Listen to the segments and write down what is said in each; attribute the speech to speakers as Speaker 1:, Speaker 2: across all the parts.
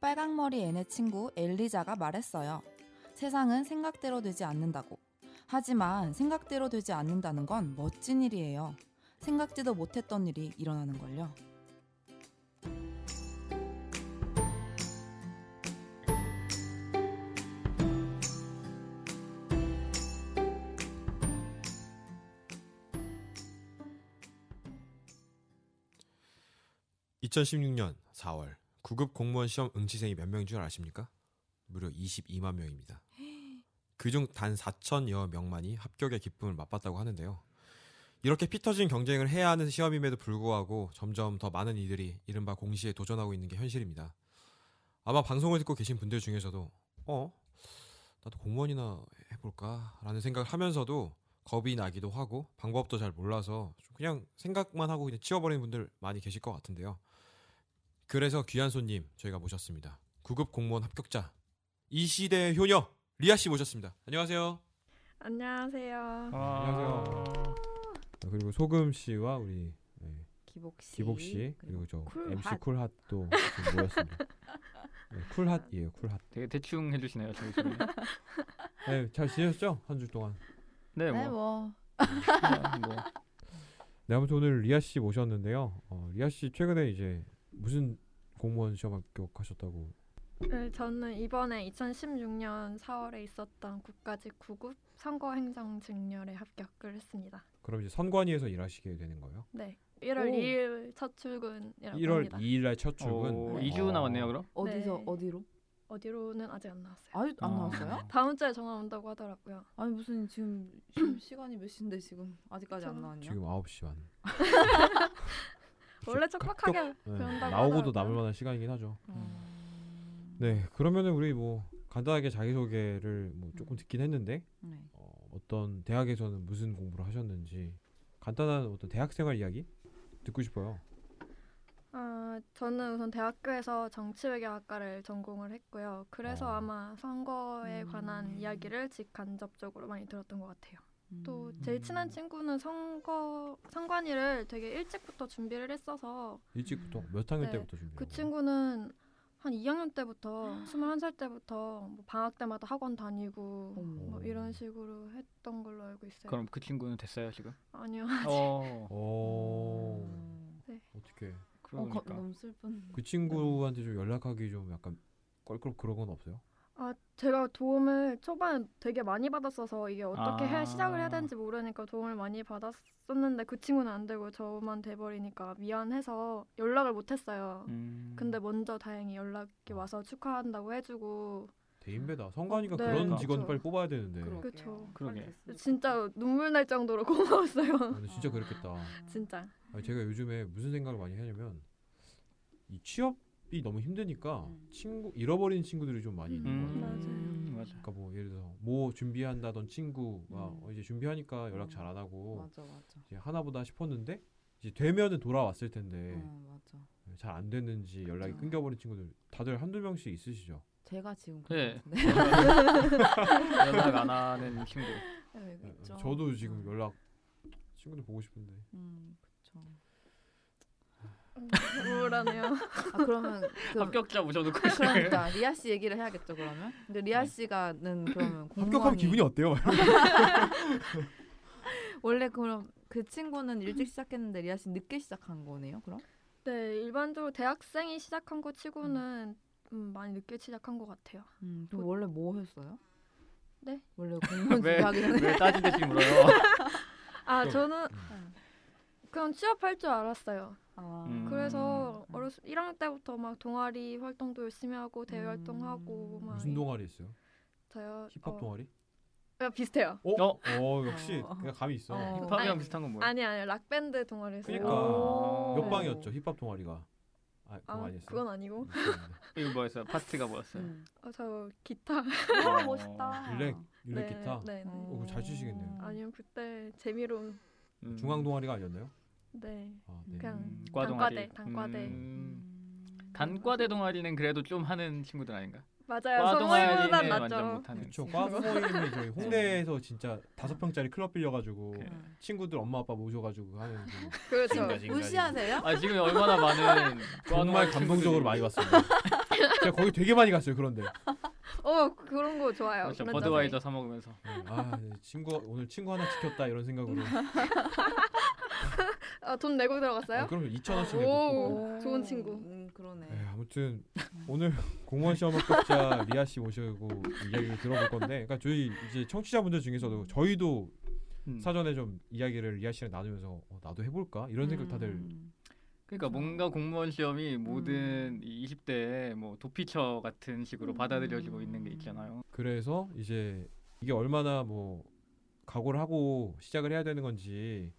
Speaker 1: 빨강머리 애네 친구 엘리자가 말했어요. 세상은 생각대로 되지 않는다고. 하지만 생각대로 되지 않는다는 건 멋진 일이에요. 생각지도 못했던 일이 일어나는 걸요.
Speaker 2: (2016년 4월) 구급 공무원 시험 응시생이 몇 명인 줄 아십니까 무려 (22만 명입니다) 그중 단 (4천여 명만이) 합격의 기쁨을 맛봤다고 하는데요 이렇게 피 터진 경쟁을 해야 하는 시험임에도 불구하고 점점 더 많은 이들이 이른바 공시에 도전하고 있는 게 현실입니다 아마 방송을 듣고 계신 분들 중에서도 어 나도 공무원이나 해볼까라는 생각을 하면서도 겁이 나기도 하고 방법도 잘 몰라서 좀 그냥 생각만 하고 그냥 치워버리는 분들 많이 계실 것 같은데요. 그래서 귀한 손님 저희가 모셨습니다. 구급 공무원 합격자 이 시대의 효녀 리아 씨 모셨습니다. 안녕하세요.
Speaker 3: 안녕하세요.
Speaker 4: 아.
Speaker 2: 안녕하세요. 아, 그리고 소금 씨와 우리
Speaker 3: 기복 씨.
Speaker 2: 기복 씨 그리고 저
Speaker 3: 네, 쿨
Speaker 2: MC
Speaker 3: 핫.
Speaker 2: 쿨핫도 지금 모였습니다. 네, 쿨핫이에요, 쿨핫.
Speaker 4: 되게 대충 해주시네요 저희 둘이.
Speaker 2: 네, 잘 지내셨죠? 한 주 동안.
Speaker 4: 네,
Speaker 1: 네,
Speaker 4: 뭐,
Speaker 1: 뭐
Speaker 4: 그냥 뭐
Speaker 2: 네, 아무튼 오늘 리아 씨 모셨는데요. 어, 리아 씨 최근에 이제 무슨 공무원 시험 합격하셨다고
Speaker 3: 네, 저는 이번에 2016년 4월에 있었던 국가직 구급 선거행정증렬에 합격을 했습니다.
Speaker 2: 그럼 이제 선관위에서 일하시게 되는 거예요?
Speaker 3: 네. 1월
Speaker 1: 오.
Speaker 3: 2일 첫 출근이라고
Speaker 2: 1월
Speaker 3: 합니다.
Speaker 2: 2일 날 첫 출근.
Speaker 4: 오,
Speaker 2: 어.
Speaker 4: 2주 남았네요 그럼.
Speaker 1: 어디서
Speaker 3: 네.
Speaker 1: 어디로?
Speaker 3: 어디로는 아직 안 나왔어요.
Speaker 1: 아유 안
Speaker 4: 어.
Speaker 1: 나왔어요?
Speaker 3: 다음 주에 전화 온다고 하더라고요.
Speaker 1: 아니 무슨 지금 지금 시간이 몇 시인데 지금 아직까지 안
Speaker 3: 저는
Speaker 1: 나왔냐?
Speaker 2: 지금 9시 반.
Speaker 3: 원래
Speaker 2: 좀
Speaker 3: 촉박하게
Speaker 2: 네,
Speaker 3: 그런다고
Speaker 2: 나오고도
Speaker 3: 하더라고요.
Speaker 2: 남을 만한 시간이긴 하죠.
Speaker 1: 어. 음.
Speaker 2: 네, 그러면은 우리 뭐 간단하게 자기 소개를 뭐
Speaker 3: 음.
Speaker 2: 조금 듣긴 했는데
Speaker 1: 네.
Speaker 2: 어, 어떤 대학에서는 무슨 공부를 하셨는지 간단한 어떤 대학생활 이야기 듣고 싶어요.
Speaker 3: 아, 저는 우선 대학교에서 정치외교학과를 전공을 했고요. 그래서
Speaker 2: 어.
Speaker 3: 아마 선거에 관한
Speaker 1: 음.
Speaker 3: 이야기를 직간접적으로 많이 들었던 것 같아요. 또
Speaker 1: 음.
Speaker 3: 제일 친한 친구는 선거 선관위를 되게 일찍부터 준비를 했어서
Speaker 2: 일찍부터
Speaker 1: 음.
Speaker 2: 몇 학년
Speaker 3: 네,
Speaker 2: 때부터 준비하고?
Speaker 3: 그 친구는 한 2학년 때부터 21살 때부터 뭐 방학 때마다 학원 다니고
Speaker 1: 어머.
Speaker 3: 뭐 이런 식으로 했던 걸로 알고 있어요.
Speaker 4: 그럼 그 친구는 됐어요 지금.
Speaker 3: 아니요.
Speaker 4: 어,
Speaker 2: 오.
Speaker 1: 음.
Speaker 2: 어떻게?
Speaker 1: 어, 거,
Speaker 4: 그러니까.
Speaker 1: 너무 슬픈.
Speaker 2: 그 친구한테 좀 연락하기 좀 약간 껄껄 그런 건 없어요?
Speaker 3: 아 제가 도움을 초반 되게 많이 받았어서 이게 어떻게
Speaker 4: 아.
Speaker 3: 해 시작을 해야 되는지 모르니까 도움을 많이 받았었는데 그 친구는 안 되고 저만 돼버리니까 미안해서 연락을 못했어요.
Speaker 4: 음.
Speaker 3: 근데 뭐. 먼저 다행히 연락이 와서 축하한다고 해주고
Speaker 2: 대인배다. 성관이가
Speaker 3: 네,
Speaker 2: 그런
Speaker 4: 그렇죠.
Speaker 2: 직원 빨리 뽑아야 되는데.
Speaker 1: 그러게요.
Speaker 3: 그쵸.
Speaker 4: 그러게.
Speaker 1: 빨리 됐으면
Speaker 3: 진짜 눈물 날 정도로 고마웠어요.
Speaker 2: 아, 근데 진짜 그랬겠다.
Speaker 1: 좋겠다.
Speaker 3: 진짜.
Speaker 2: 아니, 제가 요즘에 무슨 생각을 많이 하냐면 이 취업이 너무 힘드니까
Speaker 1: 음. 친구-
Speaker 2: 친구 잃어버린 친구들이 좀 많이 있는 것
Speaker 4: 음,
Speaker 2: 같아요.
Speaker 1: 맞아요.
Speaker 4: 맞아.
Speaker 2: 그러니까 뭐 예를 들어서 뭐 준비한다던 친구가
Speaker 1: 음.
Speaker 2: 어, 이제 준비하니까
Speaker 1: 음.
Speaker 2: 연락 잘 안 하고
Speaker 1: 맞아 맞아.
Speaker 2: 이제 하나보다 싶었는데 이제 되면은 돌아왔을 텐데
Speaker 1: 어, 맞아.
Speaker 2: 잘 안 됐는지 연락이
Speaker 1: 그쵸.
Speaker 2: 끊겨버린 친구들 다들 한두 명씩 있으시죠.
Speaker 1: 제가 지금
Speaker 4: 네.
Speaker 1: 그런데
Speaker 4: 연락 안 하는 친구.
Speaker 2: 네, 저도 지금 연락 친구들 보고 싶은데
Speaker 1: 음, 그쵸.
Speaker 3: 우울하네요.
Speaker 1: 아 그러면 그,
Speaker 4: 합격자 모셔놓고.
Speaker 1: 그러니까 리아 씨 얘기를 해야겠죠 그러면. 근데 리아
Speaker 4: 네.
Speaker 1: 씨가는 그러면 공무원이
Speaker 2: 합격하면 기분이 어때요?
Speaker 1: 원래 그럼 그 친구는 일찍 시작했는데 리아 씨 늦게 시작한 거네요 그럼?
Speaker 3: 네, 일반적으로 대학생이 시작한 거 치고는 음, 많이 늦게 시작한 것 같아요.
Speaker 1: 음, 그럼 원래 뭐 했어요?
Speaker 3: 네?
Speaker 1: 원래 공무원
Speaker 4: 왜,
Speaker 1: 준비하기 전에
Speaker 2: 네.
Speaker 4: 왜 따진 듯이 물어요?
Speaker 3: 아,
Speaker 2: 그럼-
Speaker 3: 저는
Speaker 1: 음.
Speaker 3: 그냥 취업할 줄 알았어요.
Speaker 1: 아,
Speaker 4: 음.
Speaker 3: 그래서
Speaker 1: 음.
Speaker 3: 어렸을 1학년 때부터 막 동아리 활동도 열심히 하고 대회
Speaker 1: 음.
Speaker 3: 활동하고 막
Speaker 2: 무슨 동아리 있어요?
Speaker 3: 저요.
Speaker 2: 힙합
Speaker 3: 어,
Speaker 2: 동아리?
Speaker 3: 아, 비슷해요.
Speaker 2: 어?
Speaker 4: 어?
Speaker 2: 어, 역시
Speaker 1: 어.
Speaker 2: 그냥 감이 있어.
Speaker 1: 어.
Speaker 4: 힙합이랑
Speaker 3: 아니,
Speaker 4: 비슷한 건 뭐야?
Speaker 3: 아니 아니 락 밴드 동아리에서.
Speaker 2: 그러니까.
Speaker 1: 오. 네.
Speaker 2: 옆방이었죠 힙합 동아리가. 아, 그거
Speaker 3: 아,
Speaker 2: 아니었어요?
Speaker 3: 그건 아니고.
Speaker 4: 이거 뭐였어요? 파트가
Speaker 2: 네.
Speaker 4: 뭐였어요?
Speaker 1: 음.
Speaker 3: 어, 저 기타.
Speaker 1: 와
Speaker 4: 어.
Speaker 1: 멋있다.
Speaker 2: 릴렉 릴렉
Speaker 3: 네,
Speaker 2: 기타.
Speaker 3: 네. 네.
Speaker 2: 아, 어, 그거 잘 치시겠네요.
Speaker 3: 아니요 그때 재미로
Speaker 4: 음.
Speaker 2: 중앙 동아리가 아니었나요?
Speaker 3: 네
Speaker 2: 아, 네.
Speaker 3: 그냥
Speaker 4: 음,
Speaker 3: 단과대,
Speaker 4: 과동아리.
Speaker 3: 단과대.
Speaker 4: 음.
Speaker 1: 음.
Speaker 4: 단과대 동아리는 그래도 좀 하는 친구들 아닌가?
Speaker 3: 맞아요. 성우보다 낫죠.
Speaker 4: 못하는.
Speaker 2: 그렇죠. 과거 모임이 저희 홍대에서 진짜 다섯 평짜리 클럽 빌려가지고
Speaker 3: 네.
Speaker 4: 그래.
Speaker 2: 친구들 엄마 아빠 모셔가지고 하는 그
Speaker 3: 그렇죠.
Speaker 4: 지금까지.
Speaker 1: 무시하세요?
Speaker 4: 아 지금 얼마나 많은
Speaker 2: 정말 감동적으로 많이 봤습니다. 제가 거기 되게 많이 갔어요. 그런데 네.
Speaker 3: 어 그런 거 좋아요.
Speaker 4: 그렇죠.
Speaker 3: 그런
Speaker 4: 버드와이저 사 먹으면서
Speaker 2: 아 네, 친구 오늘 친구 하나 지켰다 이런
Speaker 3: 음,
Speaker 2: 생각으로
Speaker 3: 짜장면. 아, 돈 내고 들어갔어요?
Speaker 2: 아, 그럼 2천 원씩 내고
Speaker 3: 오, 좋은 친구.
Speaker 1: 음, 그러네.
Speaker 2: 네, 아무튼 오늘 공무원 시험 합격자 리아 씨 모시고 이야기를 들어볼 건데, 그러니까 저희 이제 청취자분들 중에서도 저희도
Speaker 4: 음.
Speaker 2: 사전에 좀 이야기를 리아 씨랑 나누면서 어, 나도 해볼까 이런 생각 다들
Speaker 1: 음.
Speaker 4: 그러니까 뭔가 공무원 시험이 모든 이 20대의 뭐 도피처 같은 식으로
Speaker 3: 음.
Speaker 4: 받아들여지고 있는 게 있잖아요.
Speaker 2: 그래서 이제 이게 얼마나 뭐 각오를 하고 시작을 해야 되는 건지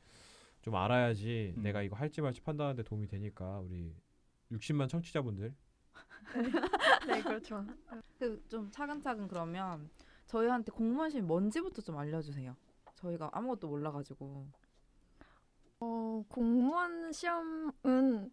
Speaker 2: 좀 알아야지
Speaker 4: 음.
Speaker 2: 내가 이거 할지 말지 판단하는데 도움이 되니까 우리 60만 청취자분들
Speaker 4: 어.
Speaker 3: 네 그렇죠.
Speaker 1: 그 좀 차근차근 그러면 저희한테 공무원 시험이 뭔지부터 좀 알려주세요. 저희가 아무것도 몰라가지고.
Speaker 3: 어 공무원 시험은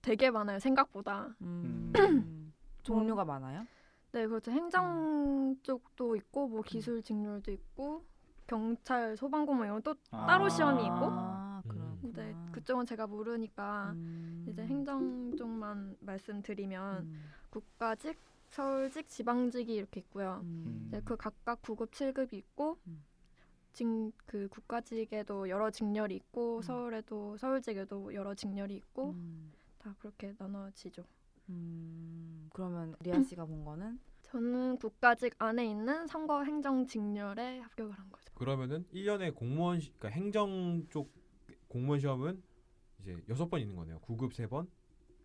Speaker 3: 되게 많아요 생각보다.
Speaker 1: 음.
Speaker 4: 음.
Speaker 1: 종류가 많아요?
Speaker 3: 네 그렇죠.
Speaker 4: 음.
Speaker 3: 행정 쪽도 있고 뭐 기술 직률도 있고 경찰 소방공무 이런 또
Speaker 4: 아.
Speaker 3: 따로 시험이 있고?
Speaker 1: 아,
Speaker 2: 음.
Speaker 1: 그렇구나.
Speaker 4: 음.
Speaker 3: 근데 그쪽은 제가 모르니까
Speaker 1: 음.
Speaker 3: 이제 행정 쪽만 말씀드리면
Speaker 1: 음.
Speaker 3: 국가직, 서울직, 지방직이 이렇게 있고요.
Speaker 1: 음.
Speaker 3: 이제 그 각각 9급, 7급이 있고
Speaker 1: 음.
Speaker 3: 지금 그 국가직에도 여러 직렬이 있고
Speaker 1: 음.
Speaker 3: 서울에도 서울직에도 여러 직렬이 있고
Speaker 1: 음.
Speaker 3: 다 그렇게 나눠지죠.
Speaker 1: 음. 그러면 리아 씨가 본 거는
Speaker 3: 저는 국가직 안에 있는 선거 행정 직렬에 합격을 한 거죠.
Speaker 2: 그러면은 1년에 공무원 시, 그러니까 행정 쪽 공무원 시험은 이제 여섯 번 있는 거네요. 9급 세번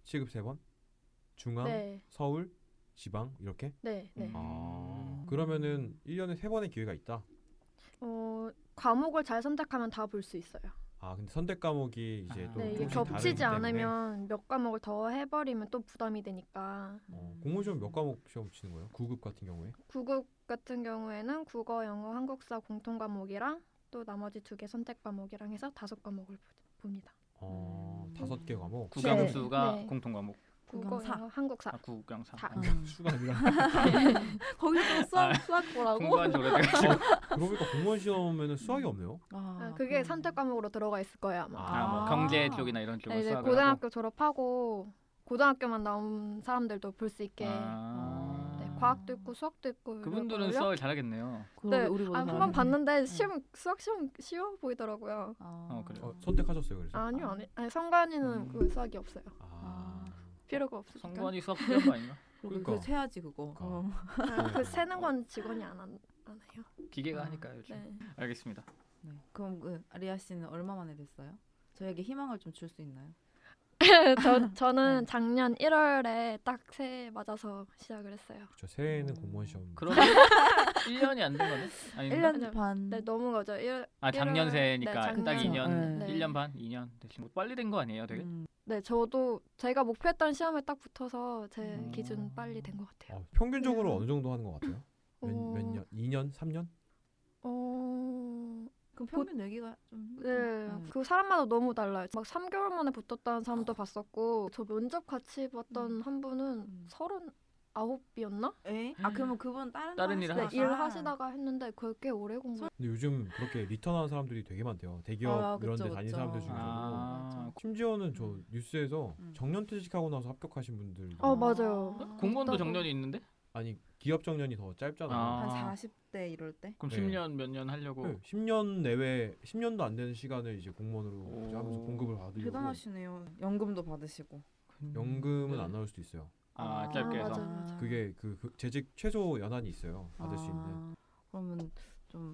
Speaker 2: 7급 세번 중앙,
Speaker 3: 네,
Speaker 2: 서울, 지방 이렇게.
Speaker 3: 네, 네.
Speaker 2: 아. 그러면은 1년에 세번의 기회가 있다.
Speaker 3: 어 과목을 잘 선택하면 다 볼 수 있어요.
Speaker 2: 아, 근데 선택 과목이 이제
Speaker 4: 아.
Speaker 2: 또
Speaker 3: 네, 이게
Speaker 2: 조금씩
Speaker 3: 겹치지
Speaker 2: 음, 다르기 때문에
Speaker 3: 않으면 몇 과목을 더 해버리면 또 부담이 되니까
Speaker 2: 어, 공무원 시험 몇 과목 시험 치는 거예요? 9급 같은 경우에?
Speaker 3: 9급 같은 경우에는 국어, 영어, 한국사 공통 과목이랑 또 나머지 두 개 선택 과목이랑 해서 다섯 과목을 보- 봅니다.
Speaker 2: 어,
Speaker 1: 음.
Speaker 2: 다섯 개 과목.
Speaker 4: 국영수가
Speaker 3: 네.
Speaker 4: 공통 과목.
Speaker 3: 국어,
Speaker 1: 국영사.
Speaker 3: 영어, 한국사.
Speaker 4: 아 국영사.
Speaker 3: 다.
Speaker 4: 아,
Speaker 1: 음.
Speaker 2: 수가 아니라
Speaker 1: 거기서 수학
Speaker 4: 아.
Speaker 1: 수학
Speaker 3: 어.
Speaker 1: 보라고?
Speaker 4: 공부한 지 오래돼가지고.
Speaker 2: 그러고 보니까 공무원 시험에는 수학이 없네요.
Speaker 3: 아, 그게
Speaker 1: 그럼.
Speaker 3: 선택 과목으로 들어가 있을 거예요 아마.
Speaker 4: 아, 뭐
Speaker 1: 아.
Speaker 4: 경제 쪽이나 이런 쪽을
Speaker 3: 이제
Speaker 4: 수학을
Speaker 3: 고등학교 졸업하고 고등학교만 나온 사람들도 볼 수 있게
Speaker 4: 하고. 아.
Speaker 2: 음.
Speaker 3: 네, 과학도 있고 수학도 있고 이럴
Speaker 4: 그분들은
Speaker 3: 거예요.
Speaker 4: 수학을 잘하겠네요.
Speaker 1: 그러게
Speaker 3: 네,
Speaker 1: 우리보다
Speaker 3: 아, 한번
Speaker 1: 잘하네.
Speaker 3: 봤는데 시험 수학 시험 쉬워 보이더라고요.
Speaker 1: 아.
Speaker 4: 어, 그래요?
Speaker 2: 어, 선택하셨어요, 그래서?
Speaker 3: 아니요, 아니, 아니 성관이는
Speaker 4: 음.
Speaker 3: 그 수학이 없어요.
Speaker 2: 아.
Speaker 3: 필요가 없으니까.
Speaker 4: 성관이 수학 필요한 거 아닌가?
Speaker 1: 그러게
Speaker 2: 그러니까.
Speaker 1: 그 세야지 그거.
Speaker 2: 그러니까.
Speaker 1: 어.
Speaker 3: 아, 그 세는 건 직원이 안, 한- 안 해요.
Speaker 4: 기계가 하니까 요즘.
Speaker 3: 네.
Speaker 4: 알겠습니다.
Speaker 1: 네. 그럼 그 리아 씨는 얼마 만에 됐어요? 저에게 희망을 좀 줄 수 있나요?
Speaker 3: 저 저는
Speaker 1: 네.
Speaker 3: 작년 1월에 딱 새해 맞아서 시작을 했어요.
Speaker 2: 그렇죠. 새해에는
Speaker 1: 음.
Speaker 2: 공무원 시험.
Speaker 4: 그러면 1년이 안 된 거네? 아닌가?
Speaker 1: 1년 반.
Speaker 3: 네, 넘은 거죠. 1,
Speaker 4: 아 작년
Speaker 3: 일월-
Speaker 4: 새니까
Speaker 3: 네, 작년.
Speaker 4: 딱 2년,
Speaker 3: 네.
Speaker 4: 1년 반, 2년 대신 뭐 빨리 된 거 아니에요, 되게?
Speaker 1: 음.
Speaker 3: 네, 저도 제가 목표했던 시험에 딱 붙어서 제
Speaker 4: 음.
Speaker 3: 기준 빨리 된 것 같아요.
Speaker 2: 어, 평균적으로
Speaker 3: 네.
Speaker 2: 어느 정도 하는 것 같아요? 몇,
Speaker 3: 어,
Speaker 2: 몇 년? 2년? 3년?
Speaker 3: 어,
Speaker 1: 그럼 평균 얘기가 좀.
Speaker 3: 네,
Speaker 1: 음.
Speaker 3: 그 사람마다 너무 달라요. 막 3개월 만에 붙었다는 사람도 봤었고, 저 면접 같이 봤던
Speaker 1: 음.
Speaker 3: 한 분은
Speaker 1: 음.
Speaker 3: 39이었나?
Speaker 1: 에? 아 그러면 그분 다른
Speaker 4: 다른
Speaker 1: 일
Speaker 4: 일을
Speaker 3: 네,
Speaker 4: 하시다가.
Speaker 3: 일 하시다가 했는데 그게 꽤 오래 공부.
Speaker 2: 근데 요즘 그렇게 리턴하는 사람들이 되게 많대요. 대기업
Speaker 1: 아,
Speaker 2: 이런 데
Speaker 1: 그쵸,
Speaker 2: 다니는
Speaker 1: 그쵸.
Speaker 2: 사람들 중에서도.
Speaker 4: 아,
Speaker 2: 심지어는 저
Speaker 1: 음.
Speaker 2: 뉴스에서
Speaker 1: 음.
Speaker 2: 정년 퇴직하고 나서 합격하신 분들
Speaker 3: 어, 맞아요.
Speaker 4: 공무원도
Speaker 3: 있다고.
Speaker 4: 정년이 있는데?
Speaker 2: 아니 기업 정년이 더 짧잖아요.
Speaker 4: 아. 뭐.
Speaker 1: 한 40대 이럴 때.
Speaker 4: 그럼
Speaker 2: 네.
Speaker 4: 10년 몇 년 하려고
Speaker 2: 네, 10년 내외 10년도 안 되는 시간을 이제 공무원으로
Speaker 4: 오.
Speaker 2: 이제 하면서 봉급을 받으려고
Speaker 1: 대단하시네요. 네. 연금도 받으시고.
Speaker 2: 연금은 안 나올 수도 있어요.
Speaker 4: 아, 짧게
Speaker 3: 아,
Speaker 4: 해서
Speaker 3: 맞아요. 맞아.
Speaker 2: 그게 그, 그 재직 최소 연한이 있어요. 받을 수 있는.
Speaker 1: 아, 그러면 좀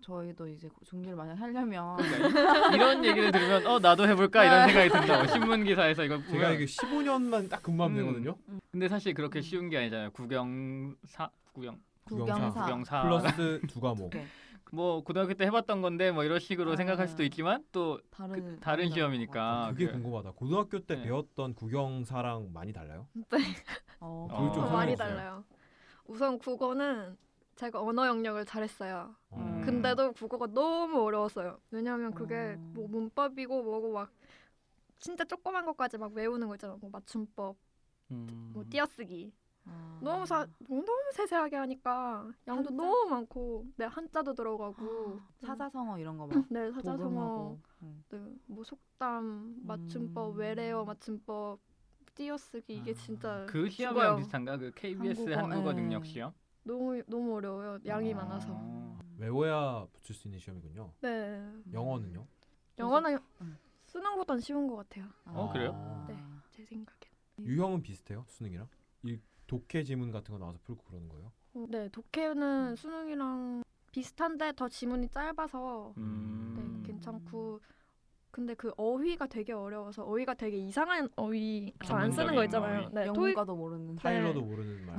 Speaker 1: 저희도 이제 준비를 만약 하려면
Speaker 2: 네.
Speaker 4: 그러니까 이- 이런 얘기를 들으면 어 나도 해볼까 이런
Speaker 1: 아.
Speaker 3: 네.
Speaker 4: 생각이 든다고 신문 기사에서 이거 보면
Speaker 2: 제가 이게 15년만 딱 근무하면
Speaker 4: 음.
Speaker 2: 되거든요.
Speaker 4: 근데 사실 그렇게 쉬운 게 아니잖아요 구경사 구경
Speaker 2: 구경사.
Speaker 1: 구경사.
Speaker 4: 구경사
Speaker 2: 플러스 두 과목.
Speaker 1: 두 개.
Speaker 4: 뭐 고등학교 때 해봤던 건데 뭐 이런 식으로
Speaker 1: 아.
Speaker 4: 생각할 수도 있지만 또
Speaker 1: 다른
Speaker 4: 그- 다른
Speaker 1: 다른
Speaker 4: 시험이니까. 아,
Speaker 2: 그게
Speaker 4: 그래요?
Speaker 2: 궁금하다. 고등학교 때
Speaker 4: 네.
Speaker 2: 배웠던 국영사랑 많이 달라요?
Speaker 1: 어,
Speaker 4: 어,
Speaker 2: 좀
Speaker 3: 어,
Speaker 2: 상관없어요.
Speaker 3: 많이 달라요. 우선 국어는 제가 언어 영역을 잘했어요.
Speaker 4: 음. 아.
Speaker 3: 근데도 국어가 너무 어려웠어요. 왜냐하면 그게
Speaker 1: 음.
Speaker 3: 뭐 문법이고 뭐고 막 진짜 조그만 것까지 막 외우는 거 있잖아. 뭐 맞춤법,
Speaker 4: 음.
Speaker 3: 뭐 띄어쓰기,
Speaker 1: 아.
Speaker 3: 너무 사 너무 세세하게 하니까
Speaker 1: 한자?
Speaker 3: 양도 너무 많고 네 한자도
Speaker 4: 아.
Speaker 3: 들어가고
Speaker 1: 사자성어 이런 거막
Speaker 3: 네 사자성어
Speaker 1: 복음하고. 응.
Speaker 3: 네, 뭐 속담 맞춤법
Speaker 1: 음.
Speaker 3: 외래어 맞춤법 띄어쓰기 이게
Speaker 4: 아,
Speaker 3: 진짜 죽어요.
Speaker 4: 그
Speaker 3: 네.
Speaker 4: 시험이랑 비슷한가? 그 KBS
Speaker 1: 한국어,
Speaker 4: 한국어,
Speaker 1: 예.
Speaker 4: 능력 시험?
Speaker 3: 너무 너무 어려워요 양이
Speaker 4: 아.
Speaker 3: 많아서
Speaker 2: 외워야 붙일 수 있는 시험이군요.
Speaker 3: 네
Speaker 2: 영어는요?
Speaker 3: 영어는
Speaker 1: 음.
Speaker 3: 수능보단 쉬운 것 같아요
Speaker 4: 어, 그래요?
Speaker 1: 아.
Speaker 3: 네. 제 생각엔
Speaker 1: 음.
Speaker 2: 유형은 비슷해요 수능이랑 이 독해 지문 같은 거 나와서 풀고 그러는 거예요.
Speaker 3: 어, 네
Speaker 4: 음.
Speaker 3: 독해는 수능이랑 비슷한데 더 지문이 짧아서 네
Speaker 4: 음.
Speaker 3: 괜찮고 근데 그 어휘가 되게 어려워서 어휘가 되게 이상한 어휘 잘 안 쓰는 거
Speaker 4: 전문적인
Speaker 3: 있잖아요
Speaker 4: 어휘.
Speaker 3: 네 토익 어, 뭐,
Speaker 1: 영문과도 모르는
Speaker 2: 타일러도 모르는 말.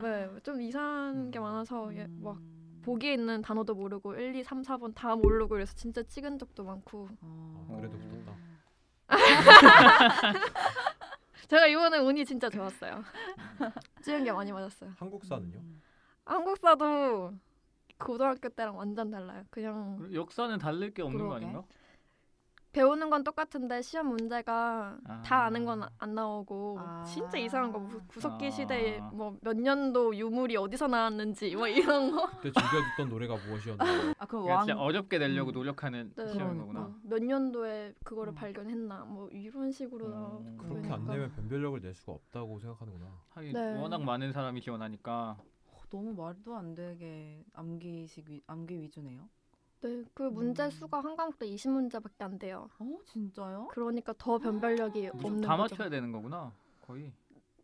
Speaker 3: 어네좀 이상한 게
Speaker 2: 음.
Speaker 3: 많아서 예,
Speaker 1: 음.
Speaker 3: 막 보기에 있는 단어도 모르고 1, 2, 3, 4번 다 모르고 그래서 진짜 찍은 적도 많고
Speaker 1: 어.
Speaker 2: 아, 그래도
Speaker 4: 음.
Speaker 2: 붙었다.
Speaker 3: 제가 이번에 운이 진짜 좋았어요 찍은 게 많이 맞았어요
Speaker 2: 한국사는요?
Speaker 1: 음.
Speaker 3: 한국사도 고등학교 때랑 완전 달라요 그냥
Speaker 4: 그리고 역사는 다를 게 없는
Speaker 1: 그러게.
Speaker 4: 거 아닌가?
Speaker 3: 배우는 건 똑같은데 시험 문제가
Speaker 4: 아.
Speaker 3: 다 아는 건 안 나오고
Speaker 1: 아.
Speaker 3: 진짜 이상한 거 구- 구석기 시대에
Speaker 4: 아.
Speaker 3: 뭐 몇 년도 유물이 어디서 나왔는지 뭐 이런 거
Speaker 2: 그때 즐겨 듣던 노래가 무엇이었나?
Speaker 1: 아, 그
Speaker 4: 그러니까
Speaker 1: 왕.
Speaker 4: 진짜 어렵게 내려고
Speaker 1: 음.
Speaker 4: 노력하는
Speaker 3: 네.
Speaker 4: 시험인
Speaker 1: 그러니까.
Speaker 4: 거구나.
Speaker 3: 어, 몇 년도에 그거를
Speaker 1: 음.
Speaker 3: 발견했나 뭐 이런 식으로 나와
Speaker 4: 음.
Speaker 2: 그렇게 안
Speaker 3: 그러니까.
Speaker 2: 되면 변별력을 낼 수가 없다고 생각하는구나.
Speaker 4: 하긴
Speaker 3: 네.
Speaker 4: 워낙 많은 사람이 지원하니까
Speaker 1: 어, 너무 말도 안 되게 암기식 위, 암기 위주네요.
Speaker 3: 네, 그 문제
Speaker 1: 음.
Speaker 3: 수가 한 과목당 20문제밖에 안 돼요.
Speaker 1: 어 진짜요?
Speaker 3: 그러니까 더 변별력이 없는
Speaker 4: 아, 다
Speaker 3: 거죠.
Speaker 4: 맞춰야 되는 거구나. 거의.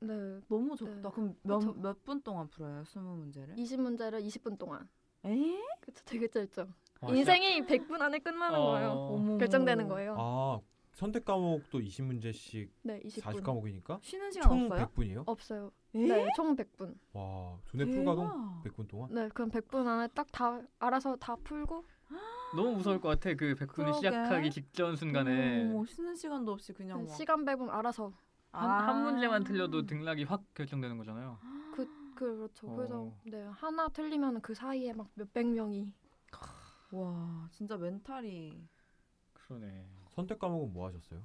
Speaker 3: 네.
Speaker 1: 너무 적다.
Speaker 3: 네.
Speaker 1: 그럼
Speaker 3: 저-
Speaker 1: 몇몇 분 동안 풀어요? 스무 문제를?
Speaker 3: 20문제를 20분 동안.
Speaker 1: 에?
Speaker 3: 그쵸, 되게 짧죠.
Speaker 4: 와,
Speaker 3: 인생이 100분 안에 끝나는
Speaker 4: 아, 어.
Speaker 3: 거예요.
Speaker 1: 어머.
Speaker 3: 결정되는 거예요.
Speaker 2: 아 선택 과목도 20문제씩
Speaker 3: 네,
Speaker 2: 40
Speaker 3: 20분.
Speaker 2: 과목이니까
Speaker 1: 쉬는 시간
Speaker 2: 총
Speaker 1: 없어요?
Speaker 2: 100분이에요?
Speaker 3: 없어요.
Speaker 1: 에?
Speaker 3: 네, 총 100분.
Speaker 2: 와 두뇌 풀가동
Speaker 1: 대박.
Speaker 2: 100분 동안?
Speaker 3: 네, 그럼 100분 안에 딱 다 알아서 다 풀고
Speaker 4: 너무 무서울 것 같아. 그 100분이
Speaker 1: 그러게.
Speaker 4: 시작하기 직전 순간에
Speaker 1: 어머, 쉬는 시간도 없이 그냥
Speaker 3: 네,
Speaker 1: 막-
Speaker 3: 시간 배분 알아서
Speaker 4: 한,
Speaker 1: 아.
Speaker 4: 한 문제만 틀려도 등락이 확 결정되는 거잖아요.
Speaker 3: 그렇죠. 그래서
Speaker 4: 어.
Speaker 3: 네, 하나 틀리면 그 사이에 막 몇백 명이
Speaker 1: 와 진짜 멘탈이
Speaker 4: 그러네.
Speaker 2: 선택 과목은 뭐 하셨어요?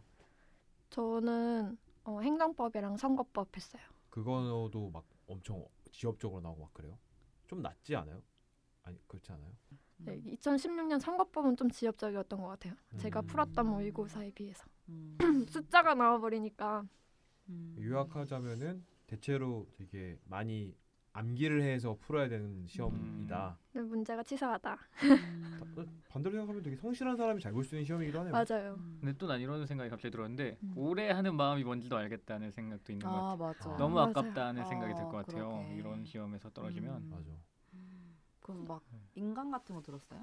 Speaker 3: 저는 어, 행정법이랑 선거법 했어요.
Speaker 2: 그거도 막 엄청 지엽적으로 나오고 막 그래요? 좀 낫지 않아요? 아니 그렇지 않아요?
Speaker 1: 음,
Speaker 3: 네, 2016년 선거법은 좀 지엽적이었던 것 같아요. 제가
Speaker 2: 음.
Speaker 3: 풀었던 모의고사에 비해서
Speaker 1: 음.
Speaker 3: 숫자가 나와버리니까
Speaker 1: 음.
Speaker 2: 요약하자면은 대체로 되게 많이 암기를 해서 풀어야 되는 시험이다.
Speaker 3: 네, 문제가 치사하다.
Speaker 1: 음.
Speaker 2: 반대로 생각하면 되게 성실한 사람이 잘 볼 수 있는 시험이기도 하네요.
Speaker 3: 맞아요.
Speaker 4: 근데 또 난 이런 생각이 갑자기 들었는데
Speaker 1: 음.
Speaker 4: 오래 하는 마음이 뭔지도 알겠다는 생각도 있는 것
Speaker 1: 아
Speaker 4: 같아요.
Speaker 1: 맞아.
Speaker 4: 너무
Speaker 3: 맞아요.
Speaker 4: 아깝다는 생각이 들
Speaker 1: 아,
Speaker 4: 것 같아요.
Speaker 1: 그러게.
Speaker 4: 이런 시험에서 떨어지면
Speaker 1: 음.
Speaker 2: 맞아. 네.
Speaker 1: 그럼 막
Speaker 4: 음.
Speaker 1: 인간 같은 거 들었어요?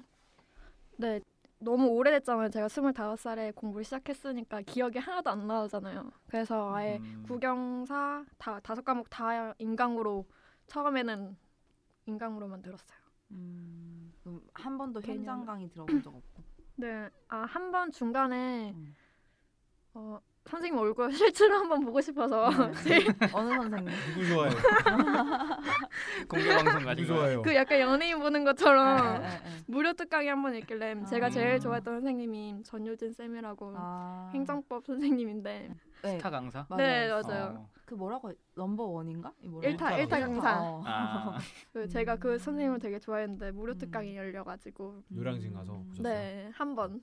Speaker 3: 네, 너무 오래됐잖아요. 제가 25살에 공부를 시작했으니까 기억이 하나도 안 나잖아요. 그래서 아예
Speaker 4: 음.
Speaker 3: 국영사 다 다섯 과목 다 인강으로 처음에는 인강으로만 들었어요.
Speaker 1: 음. 그럼 한 번도
Speaker 3: 개념.
Speaker 1: 현장 강의 들어본 적 없고.
Speaker 3: 네, 아 한 번 중간에
Speaker 1: 음.
Speaker 3: 어, 선생님 얼굴 실제로 한번 보고 싶어서
Speaker 1: 네. 어느
Speaker 3: 음.
Speaker 1: 선생님?
Speaker 2: 누구 좋아해요?
Speaker 4: 공개 방송 같은
Speaker 2: 누구
Speaker 4: 거.
Speaker 2: 좋아해요?
Speaker 3: 그 약간 연예인 보는 것처럼
Speaker 1: 예, 예, 예.
Speaker 3: 무료 특강이 한 번 있길래
Speaker 1: 아.
Speaker 3: 제가 제일 좋아했던 선생님이 전효진 쌤이라고
Speaker 1: 아.
Speaker 3: 행정법 선생님인데
Speaker 1: 네.
Speaker 4: 스타 강사.
Speaker 1: 맞아요.
Speaker 3: 네 맞아요.
Speaker 4: 어.
Speaker 1: 그 뭐라고 해- 넘버 원인가? 이 뭐라
Speaker 3: 일타-
Speaker 1: 해요?
Speaker 2: 일타
Speaker 3: 강사.
Speaker 1: 어.
Speaker 4: 아.
Speaker 3: 그 제가
Speaker 1: 음.
Speaker 3: 그 선생님을 되게 좋아했는데 무료
Speaker 1: 음.
Speaker 3: 특강이 열려가지고
Speaker 2: 노량진 가서 보셨어요?
Speaker 3: 네 한 번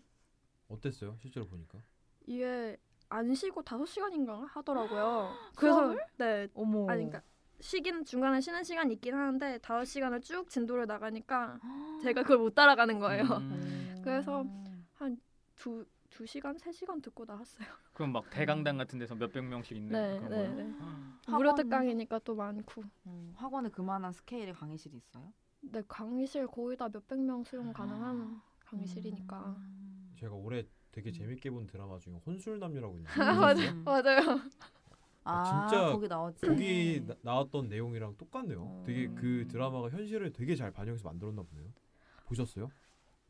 Speaker 2: 어땠어요? 실제로 보니까
Speaker 3: 이게 안 쉬고 다섯 시간인가 하더라고요. 그래서 네
Speaker 1: 어머.
Speaker 3: 아니 그러니까 쉬긴 중간에 쉬는 시간 있긴 하는데 다섯 시간을 쭉 진도를 나가니까 제가 그걸 못 따라가는 거예요.
Speaker 4: 음.
Speaker 3: 그래서
Speaker 1: 음.
Speaker 3: 두, 두 시간 세 시간 듣고 나왔어요.
Speaker 4: 그럼 막 대강당 같은 데서 몇백 명씩 있는
Speaker 3: 음. 네,
Speaker 4: 그런
Speaker 3: 네,
Speaker 4: 거예요?
Speaker 3: 네. 무료
Speaker 1: 학원-
Speaker 3: 특강이니까 또 많고.
Speaker 1: 음, 학원에 그만한 스케일의 강의실이 있어요?
Speaker 3: 네, 강의실 거의 다 몇백 명 수용 가능한 강의실이니까.
Speaker 1: 음.
Speaker 2: 제가 올해 되게 재밌게 본 드라마 중에 혼술남녀라고 있는데
Speaker 3: 맞아요. 맞아요.
Speaker 1: 아,
Speaker 2: 진짜
Speaker 1: 거기 나왔지.
Speaker 2: 거기 나, 나왔던 내용이랑 똑같네요.
Speaker 1: 음.
Speaker 2: 되게
Speaker 3: 어.
Speaker 2: 그 드라마가 현실을 되게 잘 반영해서 만들었나 보네요. 보셨어요?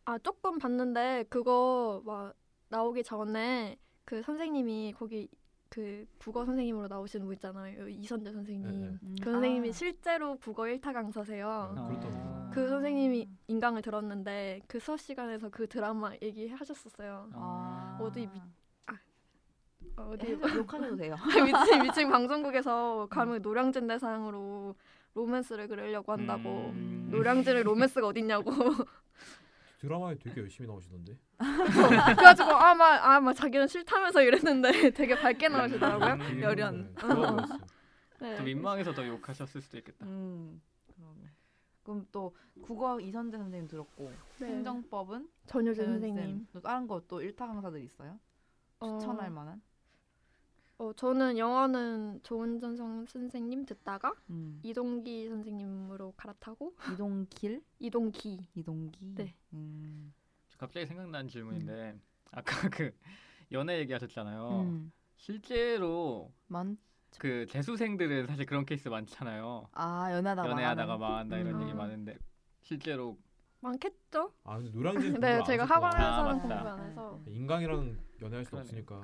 Speaker 3: 아, 조금 봤는데 그거 막 나오기 전에 그 선생님이 거기 그 국어 선생님으로 나오시는 분 있잖아요. 이선재 선생님.
Speaker 2: 네, 네.
Speaker 1: 음.
Speaker 3: 그 선생님이
Speaker 1: 아.
Speaker 3: 실제로 국어 1타 강사세요.
Speaker 2: 네, 그렇더라고요.
Speaker 1: 아.
Speaker 3: 그 선생님이 인강을 들었는데 아,
Speaker 4: 음.
Speaker 3: 그 수업 시간에서 그 드라마 얘기하셨었어요.
Speaker 1: 아.
Speaker 3: 어디 밑- 어디
Speaker 1: 해서 욕하셔도 돼요.
Speaker 3: 미친 미친 방송국에서
Speaker 4: 음.
Speaker 3: 감히 노량진 대상으로 로맨스를 그리려고 한다고
Speaker 4: 음.
Speaker 3: 노량진에 로맨스가 어딨냐고
Speaker 2: 드라마에 되게 열심히 나오시던데.
Speaker 3: 그래가지고 아마 아마 자기는 싫다면서 이랬는데 되게 밝게 나오시더라고요.
Speaker 4: 음.
Speaker 1: 열연.
Speaker 2: 네, 그거 보였어요.
Speaker 3: 네.
Speaker 4: 또 민망해서 더 욕하셨을 수도 있겠다.
Speaker 1: 음. 그러네. 그럼 또 국어 이선재 선생님 들었고
Speaker 3: 네.
Speaker 1: 행정법은
Speaker 3: 전효재
Speaker 1: 재현
Speaker 3: 선생님
Speaker 1: 쌤. 또 다른 거 또 일타 강사들 있어요?
Speaker 3: 어,
Speaker 1: 추천할 만한?
Speaker 3: 어, 저는 영어는 조은전 선- 선생님 듣다가
Speaker 1: 음.
Speaker 3: 이동기 선생님으로 갈아타고
Speaker 1: 이동길,
Speaker 3: 이동기
Speaker 1: 이동기.
Speaker 3: 네.
Speaker 1: 음.
Speaker 4: 갑자기 생각난 질문인데
Speaker 3: 음.
Speaker 4: 아까 그 연애 얘기하셨잖아요.
Speaker 1: 음.
Speaker 4: 실제로
Speaker 1: 만.
Speaker 4: 그 재수생들은 사실 그런 케이스 많잖아요.
Speaker 1: 아 연애하다가
Speaker 4: 연애하다가
Speaker 1: 망하는.
Speaker 4: 망한다 이런
Speaker 3: 음.
Speaker 4: 얘기 많은데 실제로
Speaker 3: 많겠죠?
Speaker 2: 아 근데 노량진 공부
Speaker 3: 네
Speaker 2: 안
Speaker 3: 제가
Speaker 2: 하셨구나.
Speaker 4: 아,
Speaker 3: 학원에서는
Speaker 4: 맞다. 음.
Speaker 3: 공부 안 해서
Speaker 1: 네,
Speaker 2: 인강이랑 연애할 수
Speaker 4: 그러네.
Speaker 2: 없으니까.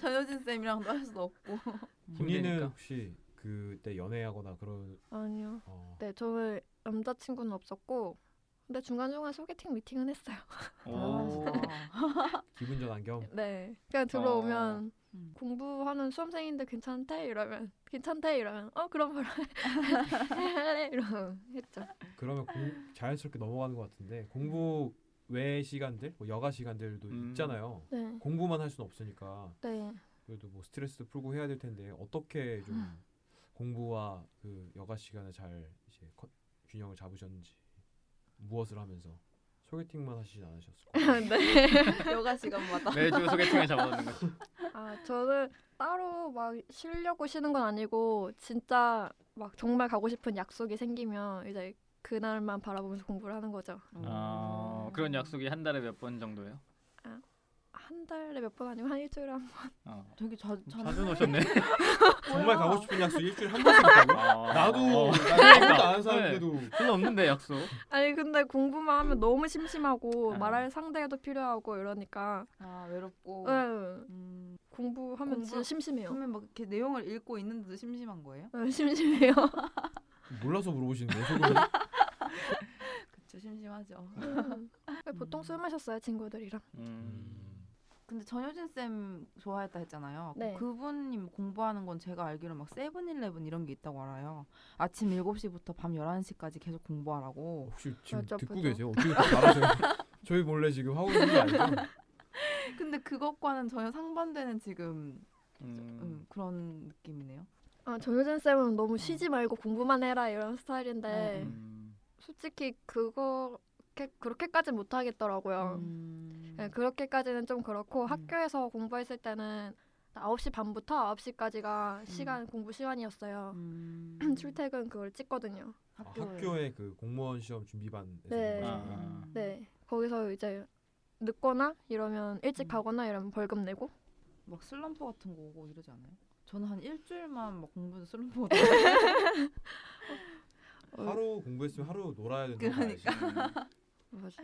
Speaker 1: 전효진 쌤이랑도 할 수도 없고.
Speaker 2: 본인은
Speaker 4: 힘드니까.
Speaker 2: 혹시 그때 연애하거나 그런
Speaker 3: 아니요.
Speaker 2: 어,
Speaker 3: 네 저는 남자친구는 없었고 근데 중간 중간 소개팅 미팅은 했어요.
Speaker 1: 아,
Speaker 3: 아,
Speaker 4: 오.
Speaker 2: 기분 전환 겸
Speaker 3: 네. 그냥 들어오면
Speaker 1: 음.
Speaker 3: 공부하는 수험생인데 괜찮대 이러면 괜찮대 이러면 어 그럼 뭐라 해 이러면 했죠.
Speaker 2: 그러면 공, 자연스럽게 넘어가는 것 같은데 공부 외 시간들, 뭐 여가 시간들도
Speaker 4: 음.
Speaker 2: 있잖아요.
Speaker 3: 네.
Speaker 2: 공부만 할 수는 없으니까
Speaker 3: 네.
Speaker 2: 그래도 뭐 스트레스 풀고 해야 될 텐데 어떻게 좀 공부와 그 여가 시간을 잘 이제 컨- 균형을 잡으셨는지 무엇을 하면서 소개팅만 하시지 않으셨을까요?
Speaker 3: 네.
Speaker 1: 여가 시간마다.
Speaker 4: 매주 소개팅을 잡아놓는 거지.
Speaker 3: 아 저는 따로 막 쉬려고 쉬는 건 아니고 진짜 막 정말 가고 싶은 약속이 생기면 이제 그날만 바라보면서 공부를 하는 거죠.
Speaker 4: 아, 그런 약속이 한 달에 몇 번 정도예요?
Speaker 3: 한 달에 몇 번 아니고 한 일주일에 한 번.
Speaker 4: 어.
Speaker 1: 되게 자, 자,
Speaker 4: 자주 오셨네.
Speaker 2: 정말 가고 싶은 약속 일주일에 한 번씩 어. 네. 있다고? 아,
Speaker 4: 어.
Speaker 2: 나도
Speaker 4: 네.
Speaker 2: 나도 아는 사람인데도
Speaker 4: 별로 없는데 약속.
Speaker 3: 아니 근데 공부만 하면 너무 심심하고
Speaker 4: 아.
Speaker 3: 말할 상대도 필요하고 이러니까
Speaker 1: 아 외롭고.
Speaker 3: 네.
Speaker 1: 음.
Speaker 3: 공부하면 음. 진짜
Speaker 1: 공부-
Speaker 3: 심심해요.
Speaker 1: 그러면 막 이렇게 내용을 읽고 있는데도 심심한 거예요?
Speaker 3: 네, 심심해요.
Speaker 2: 몰라서 물어보시는데 속으로
Speaker 1: 그쵸 심심하죠.
Speaker 3: 음. 보통
Speaker 1: 음.
Speaker 3: 술 마셨어요 친구들이랑.
Speaker 4: 음.
Speaker 1: 근데 전효진 쌤 좋아했다 했잖아요.
Speaker 3: 네.
Speaker 1: 그분님 공부하는 건 제가 알기로 막 세븐일레븐 이런 게 있다고 알아요. 아침 7시부터 밤 11시까지 계속 공부하라고.
Speaker 2: 어, 혹시 지금
Speaker 3: 맞아,
Speaker 2: 듣고
Speaker 3: 맞아.
Speaker 2: 계세요? 어떻게 다 알아서 저희 몰래 지금 하고 있는 거 아니죠?
Speaker 1: 근데 그것과는 전혀 상반되는 지금 음.
Speaker 4: 음.
Speaker 1: 그런 느낌이네요.
Speaker 3: 아 전효진 쌤은 너무 쉬지 말고 공부만 해라 이런 스타일인데
Speaker 4: 음.
Speaker 3: 솔직히 그거 게- 그렇게까지 못 하겠더라고요.
Speaker 1: 음.
Speaker 3: 어. 네, 그렇게까지는 좀 그렇고
Speaker 1: 음.
Speaker 3: 학교에서 공부했을 때는 9시 반부터 9시까지가 시간 공부 시간이었어요.
Speaker 1: 음.
Speaker 3: 출퇴근 그걸 찍거든요.
Speaker 2: 아,
Speaker 1: 학교에.
Speaker 2: 학교의 그 공무원 시험 준비반에서
Speaker 3: 네.
Speaker 2: 아.
Speaker 4: 아.
Speaker 3: 네. 거기서 이제 늦거나 이러면 일찍
Speaker 1: 음.
Speaker 3: 가거나 이러면 벌금 내고
Speaker 1: 막 슬럼프 같은 거 오고 이러지 않아요? 저는 한 일주일만 막 공부해서 슬럼프가 더
Speaker 2: 하루 공부했으면 하루 놀아야 된다.
Speaker 4: 네.
Speaker 1: 그러니까.
Speaker 3: 맞아.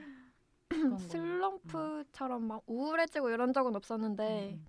Speaker 1: 그런 거예요.
Speaker 3: 슬럼프처럼 막 우울해지고 이런 적은 없었는데
Speaker 1: 음.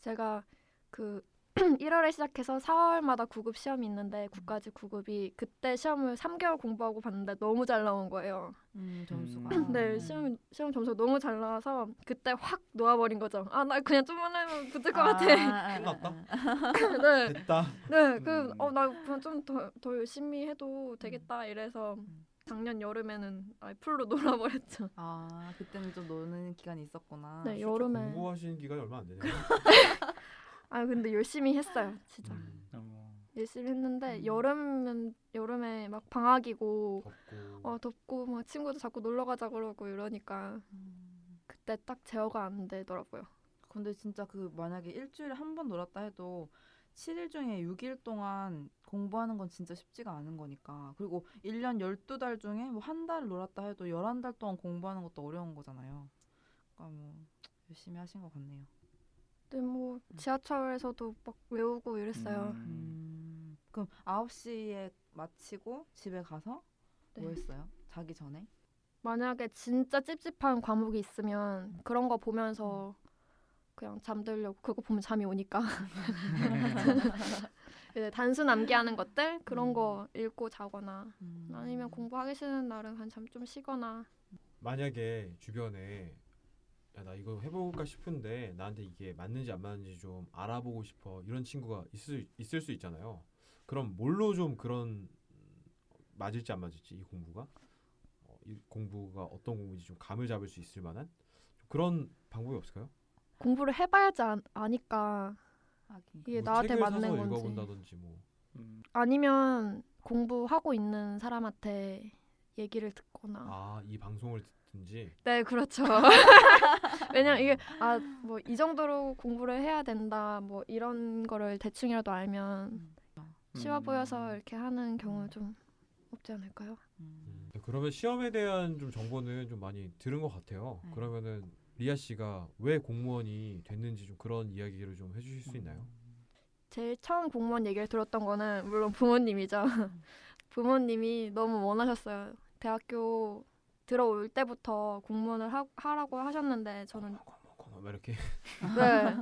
Speaker 3: 제가 그 1월에 시작해서 4월마다 구급 시험이
Speaker 1: 음.
Speaker 3: 있는데 9까지 구급이 그때 시험을 3개월 공부하고 봤는데 너무 잘 나온 거예요.
Speaker 1: 음, 점수가.
Speaker 4: 음.
Speaker 3: 네,
Speaker 1: 음.
Speaker 3: 시험 시험 점수 너무 잘 나와서 그때 확 놓아버린 거죠. 아, 나 그냥 좀만 하면 붙을 것 같아.
Speaker 1: 아,
Speaker 2: 끝났다?
Speaker 1: 아, 아,
Speaker 3: 네,
Speaker 2: 됐다.
Speaker 3: 네, 그,
Speaker 4: 음.
Speaker 3: 어, 나 그냥 좀 더 더 열심히 해도 되겠다 이래서
Speaker 1: 음.
Speaker 3: 작년 여름에는 아예 풀로 놀아버렸죠.
Speaker 1: 아. 아, 그때는 좀 노는 기간이 있었구나.
Speaker 3: 네, 여름에.
Speaker 2: 공부하시는 기간이 얼마 안 되네요.
Speaker 3: 아, 근데 열심히 했어요, 진짜.
Speaker 2: 음,
Speaker 4: 어.
Speaker 3: 열심히 했는데
Speaker 1: 음.
Speaker 3: 여름은 여름에 막 방학이고
Speaker 2: 덥고
Speaker 3: 어 덥고 막 친구도 자꾸 놀러 가자 그러고 이러니까
Speaker 1: 음.
Speaker 3: 그때 딱 제어가 안 되더라고요.
Speaker 1: 근데 진짜 그 만약에 일주일에 한 번 놀았다 해도 7일 중에 6일 동안 공부하는 건 진짜 쉽지가 않은 거니까. 그리고 1년 12달 중에 뭐 한 달 놀았다 해도 11달 동안 공부하는 것도 어려운 거잖아요. 그러니까 뭐 열심히 하신 것 같네요.
Speaker 3: 근데 뭐 지하철에서도 막 외우고 이랬어요.
Speaker 4: 음.
Speaker 1: 음. 그럼 9시에 마치고 집에 가서
Speaker 3: 네.
Speaker 1: 뭐 했어요? 자기 전에?
Speaker 3: 만약에 진짜 찝찝한 과목이 있으면 그런 거 보면서 그냥 잠들려고 그거 보면 잠이 오니까 이제 단순 암기하는 것들 그런 거 읽고 자거나
Speaker 1: 음.
Speaker 3: 아니면 공부하기 싫은 날은 한잠 좀 쉬거나
Speaker 2: 만약에 주변에 야, 나 이거 해볼까 싶은데 나한테 이게 맞는지 안 맞는지 좀 알아보고 싶어 이런 친구가 있을 수, 있을 수 있잖아요. 그럼 뭘로 좀 그런 음, 맞을지 안 맞을지 이 공부가 어, 이 공부가 어떤 공부인지 좀 감을 잡을 수 있을 만한 좀 그런 방법이 없을까요?
Speaker 3: 공부를 해봐야지 아, 아니까
Speaker 1: 아기.
Speaker 3: 이게
Speaker 2: 뭐
Speaker 3: 나한테
Speaker 2: 책을
Speaker 3: 맞는
Speaker 2: 사서
Speaker 3: 건지
Speaker 2: 읽어본다든지 뭐
Speaker 4: 음,
Speaker 3: 아니면 공부하고 있는 사람한테 얘기를 듣거나
Speaker 2: 아, 이 방송을 듣든지
Speaker 3: 네, 그렇죠. 왜냐면 이게 아 뭐 이 정도로 공부를 해야 된다 뭐 이런 거를 대충이라도 알면
Speaker 1: 음.
Speaker 3: 쉬워
Speaker 4: 음.
Speaker 3: 보여서 이렇게 하는 경우 좀 없지 않을까요?
Speaker 1: 음.
Speaker 2: 음, 그러면 시험에 대한 좀 정보는 좀 많이 들은 것 같아요.
Speaker 1: 네.
Speaker 2: 그러면은 리아 씨가 왜 공무원이 됐는지 좀 그런 이야기를 좀 해주실 수 있나요?
Speaker 3: 음. 제일 처음 공무원 얘기를 들었던 거는 물론 부모님이죠. 부모님이 너무 원하셨어요. 대학교 들어올 때부터 공무원을 하, 하라고 하셨는데 저는
Speaker 2: 고마워, 고마워, 막뭐 이렇게
Speaker 3: 네.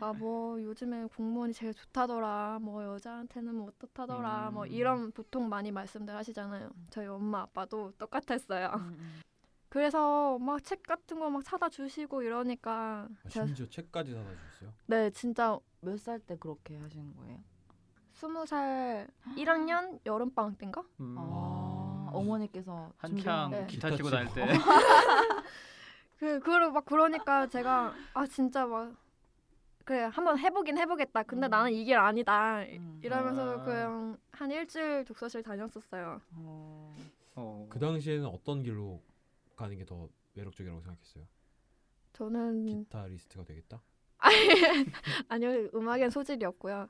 Speaker 3: 아 뭐 요즘에 공무원이 제일 좋다더라. 뭐 여자한테는 뭐 어떻다더라. 뭐
Speaker 4: 음.
Speaker 3: 이런 보통 많이 말씀들 하시잖아요. 저희 엄마 아빠도 똑같았어요.
Speaker 1: 음, 음.
Speaker 3: 그래서 막 책 같은 거 막 사다 주시고 이러니까
Speaker 2: 아,
Speaker 3: 제가
Speaker 2: 심지어 책까지 사다 주셨어요.
Speaker 3: 네 진짜
Speaker 1: 몇 살 때 그렇게 하신 거예요?
Speaker 3: 스무 살 1학년 여름 방학 때인가?
Speaker 4: 음.
Speaker 1: 아, 어머니께서
Speaker 4: 한창
Speaker 3: 네.
Speaker 4: 기타
Speaker 2: 기타 치고.
Speaker 4: 치고
Speaker 2: 어.
Speaker 4: 다닐 때
Speaker 3: 그 그러 막 그러니까 제가 아 진짜 막 그래 한번 해보긴 해보겠다. 근데
Speaker 1: 음.
Speaker 3: 나는 이길 아니다. 이-
Speaker 1: 음.
Speaker 3: 이러면서
Speaker 4: 아.
Speaker 3: 그냥 한 일주일 독서실 다녔었어요.
Speaker 1: 어,
Speaker 4: 어,
Speaker 2: 그 당시에는 어떤 길로 가는 게 더 매력적이라고 생각했어요?
Speaker 3: 저는
Speaker 2: 기타리스트가 되겠다.
Speaker 3: 아니요 음악엔 소질이 없고요.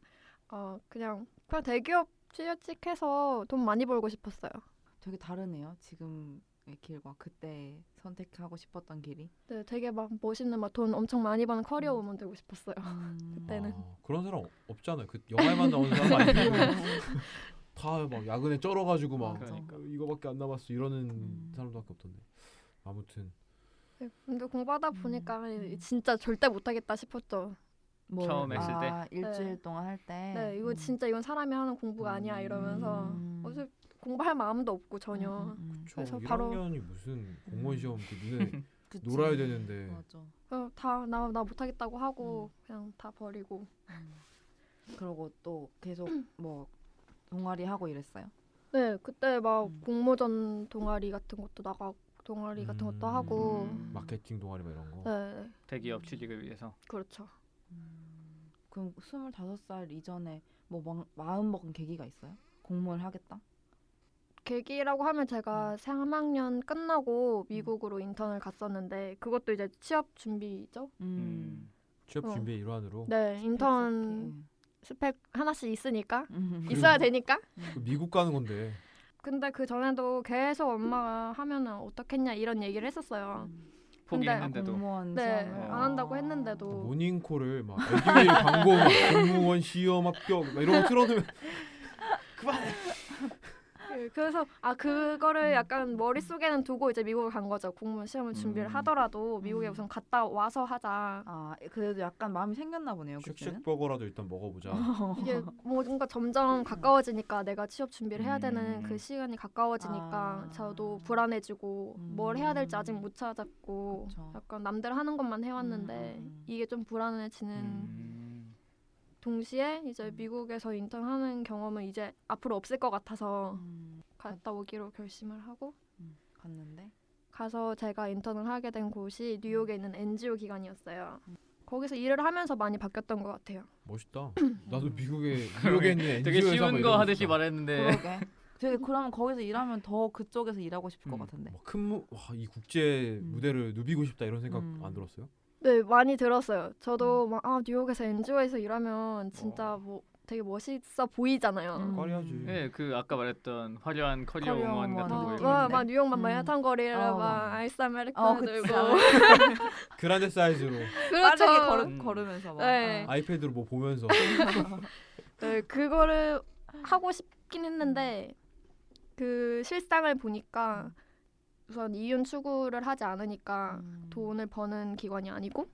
Speaker 3: 어 그냥 그냥 대기업 취직해서 돈 많이 벌고 싶었어요.
Speaker 1: 되게 다르네요. 지금의 길과 그때 선택하고 싶었던 길이.
Speaker 3: 네, 되게 막 멋있는 막 돈 엄청 많이 버는 커리어 우먼 되고 싶었어요. 그때는.
Speaker 2: 아, 그런 사람 없- 없잖아요. 그 영화에만 나오는 사람
Speaker 3: 네.
Speaker 2: 아니에요. 다막 야근에 쩔어가지고 막
Speaker 1: 맞아.
Speaker 3: 그러니까.
Speaker 2: 어, 이거밖에 안 남았어 이러는
Speaker 1: 음.
Speaker 2: 사람도밖에 없던데. 아무튼
Speaker 3: 네, 근데 공부하다 보니까
Speaker 1: 음.
Speaker 3: 진짜 절대 못하겠다 싶었죠.
Speaker 1: 뭘-
Speaker 4: 처음 했을
Speaker 1: 아, 일주일 동안 할 때.
Speaker 3: 네, 이거
Speaker 1: 음.
Speaker 3: 진짜 이건 사람이 하는 공부가 아니야 이러면서
Speaker 1: 음.
Speaker 3: 어서 공부할 마음도 없고 전혀.
Speaker 1: 음, 음, 음.
Speaker 2: 저
Speaker 3: 그래서
Speaker 2: 1학년이
Speaker 3: 바로-
Speaker 2: 무슨 공무원 시험 그 눈에
Speaker 1: 그치.
Speaker 2: 놀아야 되는데.
Speaker 1: 맞아.
Speaker 3: 그냥 다나 나 못하겠다고 하고 그냥 다 버리고.
Speaker 1: 음. 그러고 또 계속 뭐 동아리 하고 이랬어요.
Speaker 3: 네, 그때 막
Speaker 1: 음.
Speaker 3: 공모전 동아리 같은 것도 나가고 동아리 같은 것도
Speaker 2: 음.
Speaker 3: 하고.
Speaker 1: 음.
Speaker 2: 마케팅 동아리 막 이런 거.
Speaker 3: 네, 네,
Speaker 4: 대기업 취직을 위해서
Speaker 3: 그렇죠.
Speaker 1: 음. 그럼 25살 이전에 뭐 마- 마음 먹은 계기가 있어요? 공무원 하겠다.
Speaker 3: 계기라고 하면 제가 3학년 끝나고 미국으로 인턴을 갔었는데 그것도 이제 취업 준비죠.
Speaker 1: 어,
Speaker 4: 음.
Speaker 2: 취업
Speaker 3: 어.
Speaker 2: 준비의 일환으로
Speaker 3: 네, 인턴 스펙 하나씩 있으니까
Speaker 1: 음.
Speaker 3: 있어야 되니까.
Speaker 2: 그 미국 가는 건데
Speaker 3: 근데 그 전에도 계속 엄마가 하면은 어떻겠냐 이런 얘기를 했었어요.
Speaker 1: 음.
Speaker 4: 포기했는데도 어.
Speaker 1: 공무원
Speaker 3: 네,
Speaker 1: 시험을.
Speaker 3: 안 한다고
Speaker 1: 어.
Speaker 3: 했는데도.
Speaker 2: 모닝콜을 막 애교일 광고 막 공무원 시험 합격 막 이런 거 틀어놓으면
Speaker 3: 예, 그래서 아 그거를
Speaker 1: 음.
Speaker 3: 약간 머릿속에는 두고 이제 미국을 간 거죠. 공무원 시험을 준비를
Speaker 2: 음.
Speaker 3: 하더라도 미국에
Speaker 1: 음.
Speaker 3: 우선 갔다 와서 하자.
Speaker 1: 아 그래도 약간 마음이 생겼나 보네요. 그때는. 음,
Speaker 2: 쉑쉑 버거라도 일단 먹어보자.
Speaker 3: 이게 뭔가 점점 가까워지니까 내가 취업 준비를 해야 되는
Speaker 4: 음.
Speaker 3: 그 시간이 가까워지니까
Speaker 1: 아.
Speaker 3: 저도 불안해지고 뭘 해야 될지 아직 못 찾았고
Speaker 1: 그쵸.
Speaker 3: 약간 남들 하는 것만 해왔는데
Speaker 1: 음, 음, 음.
Speaker 3: 이게 좀 불안해지는
Speaker 4: 음.
Speaker 3: 동시에 이제
Speaker 1: 음.
Speaker 3: 미국에서 인턴하는 경험은 이제 앞으로 없을 것 같아서
Speaker 1: 음,
Speaker 3: 갔다 오기로 결심을 하고
Speaker 1: 음,
Speaker 4: 네.
Speaker 1: 갔는데
Speaker 3: 가서 제가 인턴을 하게 된 곳이 뉴욕에 있는 NGO 기관이었어요. 거기서 일을 하면서 많이 바뀌었던 것 같아요.
Speaker 2: 멋있다. 나도 미국에 미국에 있는
Speaker 4: 되게
Speaker 2: NGO 에서 막
Speaker 4: 쉬운
Speaker 2: 이러고
Speaker 4: 거 하듯이
Speaker 2: 싶다.
Speaker 4: 말했는데
Speaker 1: 그러게. 되게 그러면 거기서 일하면 더 그쪽에서 일하고 싶을 것
Speaker 4: 음,
Speaker 1: 같은데.
Speaker 2: 뭐큰 무, 와, 이 국제
Speaker 1: 음.
Speaker 2: 무대를 누비고 싶다 이런 생각
Speaker 1: 음.
Speaker 2: 안 들었어요?
Speaker 3: 네 많이 들었어요. 저도 막 아 뉴욕에서 NGO에서 일하면 진짜
Speaker 2: 어.
Speaker 3: 뭐 되게 멋있어 보이잖아요.
Speaker 1: 음.
Speaker 2: 꺼려야지.
Speaker 4: 네, 그 아까 말했던 화려한 커리어
Speaker 1: 커리어
Speaker 4: 우먼
Speaker 1: 우먼.
Speaker 4: 같은 거
Speaker 3: 어,
Speaker 1: 보이는데.
Speaker 3: 와,
Speaker 4: 이런
Speaker 3: 막 뉴욕만
Speaker 1: 음.
Speaker 3: 마이애탄 거리를
Speaker 1: 어.
Speaker 3: 막 아이스
Speaker 1: 어,
Speaker 3: 아메리카노
Speaker 1: 그치.
Speaker 3: 들고
Speaker 2: 그란데 사이즈로
Speaker 3: 그렇죠.
Speaker 1: 빠르게 걸으,
Speaker 4: 음. 아.
Speaker 1: 걸으면서 막.
Speaker 3: 네.
Speaker 1: 아.
Speaker 2: 아이패드로 뭐 보면서
Speaker 3: 네, 그거를 하고 싶긴 했는데 그 실상을 보니까 우선 이윤 추구를 하지 않으니까
Speaker 1: 음.
Speaker 3: 돈을 버는 기관이 아니고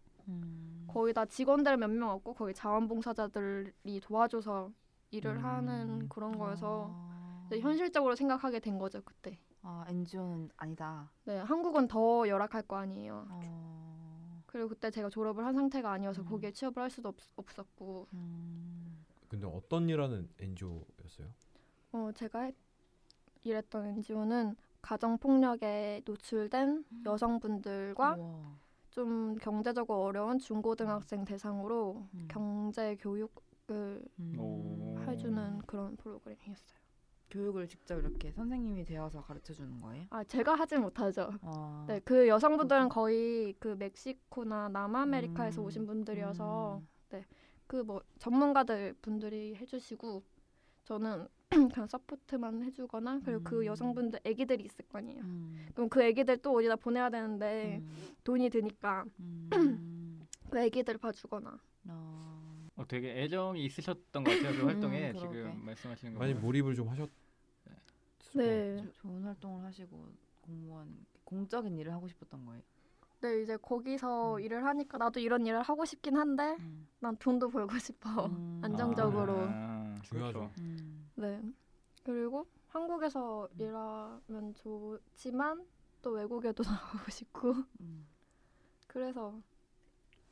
Speaker 1: 음.
Speaker 3: 거의 다 직원들 몇 명 없고 거기 자원봉사자들이 도와줘서 일을
Speaker 2: 음.
Speaker 3: 하는 그런 거여서
Speaker 1: 아.
Speaker 3: 이제 현실적으로 생각하게 된 거죠 그때.
Speaker 1: 아 NGO는 아니다.
Speaker 3: 네, 한국은 더 열악할 거 아니에요.
Speaker 1: 어.
Speaker 3: 그리고 그때 제가 졸업을 한 상태가 아니어서
Speaker 5: 음.
Speaker 3: 거기에 취업을 할 수도 없, 없었고
Speaker 5: 음.
Speaker 2: 근데 어떤 일하는 NGO였어요?
Speaker 3: 어, 제가 했- 일했던 NGO는 가정폭력에 노출된
Speaker 1: 음.
Speaker 3: 여성분들과
Speaker 5: 우와.
Speaker 3: 좀 경제적으로 어려운 중고등학생 대상으로
Speaker 5: 음.
Speaker 3: 경제 교육을
Speaker 5: 음.
Speaker 4: 오.
Speaker 3: 해주는 그런 프로그램이었어요.
Speaker 1: 교육을 직접 이렇게 선생님이 되어서 가르쳐 주는 거예요?
Speaker 3: 아 제가 하진 못하죠.
Speaker 1: 아.
Speaker 3: 네, 그 여성분들은
Speaker 1: 그렇죠.
Speaker 3: 거의 그 멕시코나 남아메리카에서
Speaker 5: 음.
Speaker 3: 오신 분들이어서
Speaker 5: 음.
Speaker 3: 그 뭐 전문가들 분들이 해주시고 저는 그냥 서포트만 해주거나 그리고
Speaker 5: 음.
Speaker 3: 그 여성분들 아기들이 있을 거 아니에요.
Speaker 5: 음.
Speaker 3: 그럼 그 아기들 또 어디다 보내야 되는데
Speaker 5: 음.
Speaker 3: 돈이 드니까
Speaker 5: 음.
Speaker 3: 그 아기들 봐주거나
Speaker 5: 어.
Speaker 4: 어, 되게 애정이 있으셨던 것 같아요. 그 활동에
Speaker 5: 음, 그러게.
Speaker 4: 지금 말씀하시는 거
Speaker 2: 많이
Speaker 4: 보면.
Speaker 2: 몰입을 좀 하셨.
Speaker 3: 네.
Speaker 1: 조- 좋은 활동을 하시고 공무원 공적인 일을 하고 싶었던 거예요.
Speaker 3: 네 이제 거기서
Speaker 1: 음.
Speaker 3: 일을 하니까 나도 이런 일을 하고 싶긴 한데
Speaker 1: 음.
Speaker 3: 난 돈도 벌고 싶어.
Speaker 1: 음.
Speaker 3: 안정적으로.
Speaker 4: 아,
Speaker 6: 중요하죠.
Speaker 4: 그렇죠.
Speaker 1: 음.
Speaker 3: 네. 그리고 한국에서
Speaker 1: 음.
Speaker 3: 일하면 좋지만 또 외국에도 나가고 싶고
Speaker 1: 음.
Speaker 3: 그래서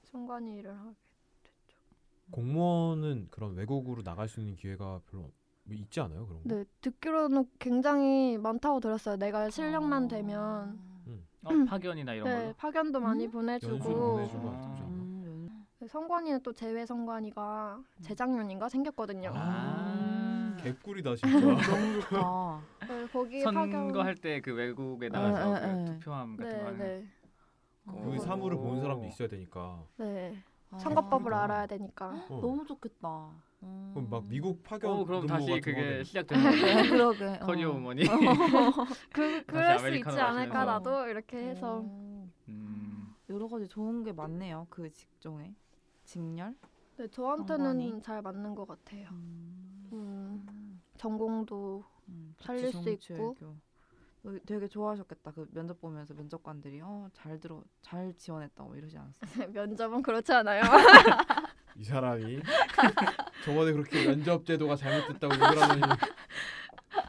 Speaker 3: 송관이 일을 하게 됐죠.
Speaker 2: 공무원은 그런 외국으로 나갈 수 있는 기회가 별로 없- 뭐 있지 않아요 그런 거?
Speaker 3: 네, 듣기로는 굉장히 많다고 들었어요. 내가 실력만
Speaker 5: 어.
Speaker 3: 되면
Speaker 4: 어, 파견이나 이런
Speaker 3: 네,
Speaker 4: 걸로.
Speaker 3: 파견도 많이
Speaker 5: 음?
Speaker 3: 보내주고
Speaker 2: 연수 보내주고 하지 않나?
Speaker 1: 음,
Speaker 3: 네, 성관이는 또 제외 성관이가 재작년인가 생겼거든요.
Speaker 2: 아.
Speaker 1: 음.
Speaker 2: 개꿀이다 진짜.
Speaker 1: 너무 좋다.
Speaker 3: 네, 거기 파견
Speaker 4: 선거할 때 그 외국에 나가서
Speaker 1: 에, 에,
Speaker 4: 그
Speaker 1: 에.
Speaker 4: 투표함 같은 거
Speaker 3: 네,
Speaker 4: 하는
Speaker 3: 네.
Speaker 2: 그
Speaker 1: 어,
Speaker 4: 오.
Speaker 2: 사물을 보는 사람도 있어야 되니까.
Speaker 3: 네.
Speaker 1: 아,
Speaker 3: 선거법을
Speaker 2: 그러니까.
Speaker 3: 알아야 되니까.
Speaker 2: 어.
Speaker 1: 너무 좋겠다. 음.
Speaker 2: 그럼 막 미국 파견
Speaker 6: 그러니까
Speaker 2: 근무
Speaker 4: 어, 그럼 다시
Speaker 2: 같은
Speaker 4: 그게
Speaker 2: 거는
Speaker 4: 시작되는
Speaker 1: 어, 그러게. 어.
Speaker 4: 커리어 우먼이.
Speaker 3: 네. 그 그럴 수
Speaker 4: 아메리카노
Speaker 3: 있지 않을까
Speaker 4: 마시면서.
Speaker 3: 나도 이렇게 해서
Speaker 1: 오.
Speaker 4: 음,
Speaker 1: 어. 여러 가지 좋은 게 많네요. 그 직종에 직렬.
Speaker 3: 네, 저한테는
Speaker 1: 성관이?
Speaker 3: 잘 맞는 것 같아요.
Speaker 1: 음.
Speaker 3: 음, 전공도
Speaker 1: 음,
Speaker 3: 살릴 수
Speaker 1: 정치,
Speaker 3: 있고.
Speaker 1: 외교. 너 되게 좋아하셨겠다. 그 면접 보면서 면접관들이 어잘 들어 잘 지원했다 뭐 이러지 않았어.
Speaker 3: 면접은 그렇지 않아요.
Speaker 2: 이 사람이 저번에 그렇게 면접 제도가 잘못됐다고 욕을 하더니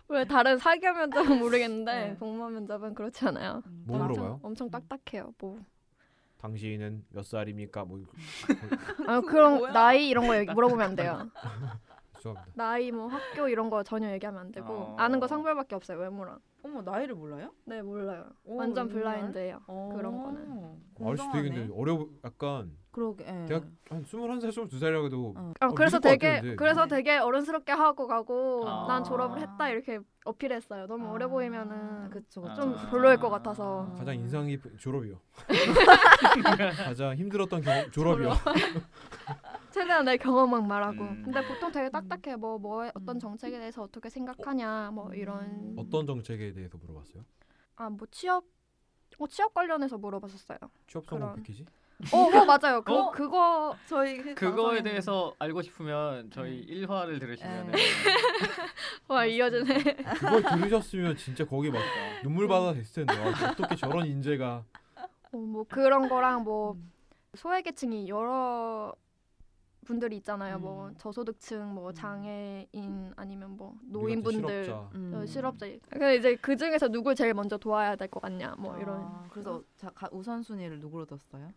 Speaker 3: 왜 다른 사기업 면접은 모르겠는데
Speaker 1: 네.
Speaker 3: 공무원 면접은 그렇지 않아요.
Speaker 1: 음,
Speaker 2: 뭐
Speaker 1: 맞아.
Speaker 2: 물어봐요?
Speaker 3: 엄청 딱딱해요. 뭐
Speaker 2: 당신은 몇 살입니까? 뭐
Speaker 3: 아, 그런
Speaker 1: 뭐야?
Speaker 3: 나이 이런 거 얘기- 물어보면 안 돼요.
Speaker 2: 죄송합니다.
Speaker 3: 나이 뭐 학교 이런 거 전혀 얘기하면 안 되고
Speaker 4: 어.
Speaker 3: 아는 거 성별밖에 없어요. 외모랑.
Speaker 1: 어머 나이를 몰라요?
Speaker 3: 네 몰라요.
Speaker 1: 오,
Speaker 3: 완전
Speaker 1: 정말?
Speaker 3: 블라인드예요. 어, 그런 거는.
Speaker 2: 알 수도
Speaker 1: 공정하네.
Speaker 2: 있겠는데 어려 약간
Speaker 1: 그러게. 예.
Speaker 2: 대학 한 21살 22살이라고 해도
Speaker 1: 어.
Speaker 3: 아,
Speaker 2: 어,
Speaker 3: 그래서
Speaker 2: 믿을 것
Speaker 3: 되게
Speaker 2: 같은데.
Speaker 3: 그래서 되게 어른스럽게 하고 가고
Speaker 4: 아.
Speaker 3: 난 졸업을 했다 이렇게 어필했어요. 너무
Speaker 1: 아.
Speaker 3: 어려 보이면은
Speaker 1: 그쵸 그쵸.
Speaker 3: 좀
Speaker 4: 아.
Speaker 3: 별로일 것 같아서.
Speaker 2: 가장 인상 깊은 졸업이요.
Speaker 4: 아.
Speaker 2: 가장 힘들었던 경험 졸업이요.
Speaker 3: 최대한 내 경험만 말하고.
Speaker 4: 음.
Speaker 3: 근데 보통 되게 딱딱해. 뭐, 뭐, 어떤
Speaker 1: 음.
Speaker 3: 정책에 대해서 어떻게 생각하냐, 뭐, 이런.
Speaker 2: 어떤 정책에 대해서 물어봤어요?
Speaker 3: 아, 뭐, 취업. 어, 취업 관련해서 물어봤었어요.
Speaker 2: 취업 성공
Speaker 3: 그런.
Speaker 2: 패키지?
Speaker 3: 어, 어 맞아요. 그,
Speaker 4: 어?
Speaker 3: 그거.
Speaker 1: 저희 그
Speaker 4: 그거에
Speaker 1: 방송에는-
Speaker 4: 대해서 알고 싶으면 저희
Speaker 3: 네.
Speaker 4: 1화를 그러니까. 들으시면
Speaker 1: 네.
Speaker 3: 와, 이어지네.
Speaker 2: 아, 그걸 들으셨으면 진짜 거기 막 눈물 받아 됐을 텐데 아, 어떻게 저런 인재가
Speaker 3: 어, 뭐, 그런 거랑 뭐,
Speaker 1: 음.
Speaker 3: 소외계층이 여러 분들이 있잖아요. 뭐,
Speaker 1: 음.
Speaker 3: 저소득층, 뭐,
Speaker 1: 음.
Speaker 3: 장애인, 아니면 뭐,
Speaker 2: 우리 같은
Speaker 3: 노인분들.
Speaker 2: 실업자.
Speaker 1: 음.
Speaker 3: 어, 실업자. 근데 이제 그 중에서 누굴 제일 먼저 도와야 될 것 같냐, 뭐,
Speaker 1: 아,
Speaker 3: 이런.
Speaker 1: 그래서 자, 가, 우선순위를 누구로 뒀어요?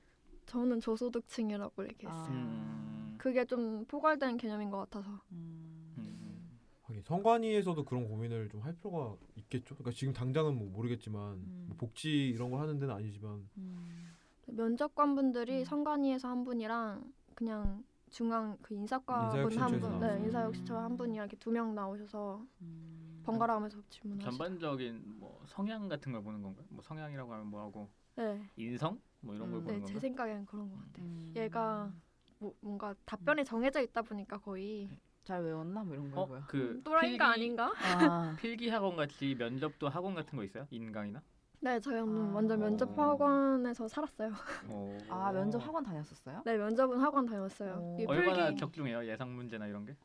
Speaker 3: 저는 저소득층이라고 얘기했어요.
Speaker 1: 아.
Speaker 4: 음,
Speaker 3: 그게 좀 포괄된 개념인 것 같아서.
Speaker 1: 음.
Speaker 4: 음.
Speaker 2: 하긴 성관위에서도 그런 고민을 좀 할 필요가 있겠죠. 그러니까 지금 당장은 뭐 모르겠지만
Speaker 1: 음.
Speaker 2: 뭐 복지 이런 걸 하는 데는 아니지만
Speaker 1: 음.
Speaker 3: 면접관 분들이
Speaker 1: 음.
Speaker 3: 선관위에서 한 분이랑 그냥 중앙 그 인사과 분 한
Speaker 2: 인사혁신처에서 나오신
Speaker 3: 분, 네
Speaker 2: 분.
Speaker 3: 인사역시처 한 분이랑 이렇게 두 명 나오셔서
Speaker 1: 음.
Speaker 3: 번갈아가면서 질문하시고,
Speaker 4: 전반적인 뭐 성향 같은 걸 보는 건가요? 뭐 성향이라고 하면 뭐하고
Speaker 3: 네,
Speaker 4: 인성 뭐 이런 걸
Speaker 1: 음.
Speaker 4: 보는
Speaker 3: 네, 제
Speaker 4: 건가요?
Speaker 3: 생각엔 그런 것 같아요.
Speaker 1: 음.
Speaker 3: 얘가 뭐, 뭔가
Speaker 4: 음.
Speaker 3: 답변이 정해져 있다 보니까 거의
Speaker 1: 잘 외웠나 뭐 이런 거
Speaker 4: 어,
Speaker 1: 뭐야?
Speaker 4: 그
Speaker 3: 음, 또라이가
Speaker 4: 필기-
Speaker 3: 아닌가?
Speaker 1: 아.
Speaker 4: 필기 학원 같이 면접도 학원 같은 거 있어요? 인강이나?
Speaker 3: 네, 저희 엄마는
Speaker 1: 아.
Speaker 3: 완전
Speaker 2: 어.
Speaker 3: 면접 학원에서 살았어요.
Speaker 4: 어.
Speaker 1: 아 면접 학원 다녔었어요?
Speaker 3: 네, 면접은 학원 다녔어요.
Speaker 1: 오.
Speaker 3: 이
Speaker 4: 얼마나
Speaker 3: 필기
Speaker 4: 적중해요? 예상 문제나 이런 게?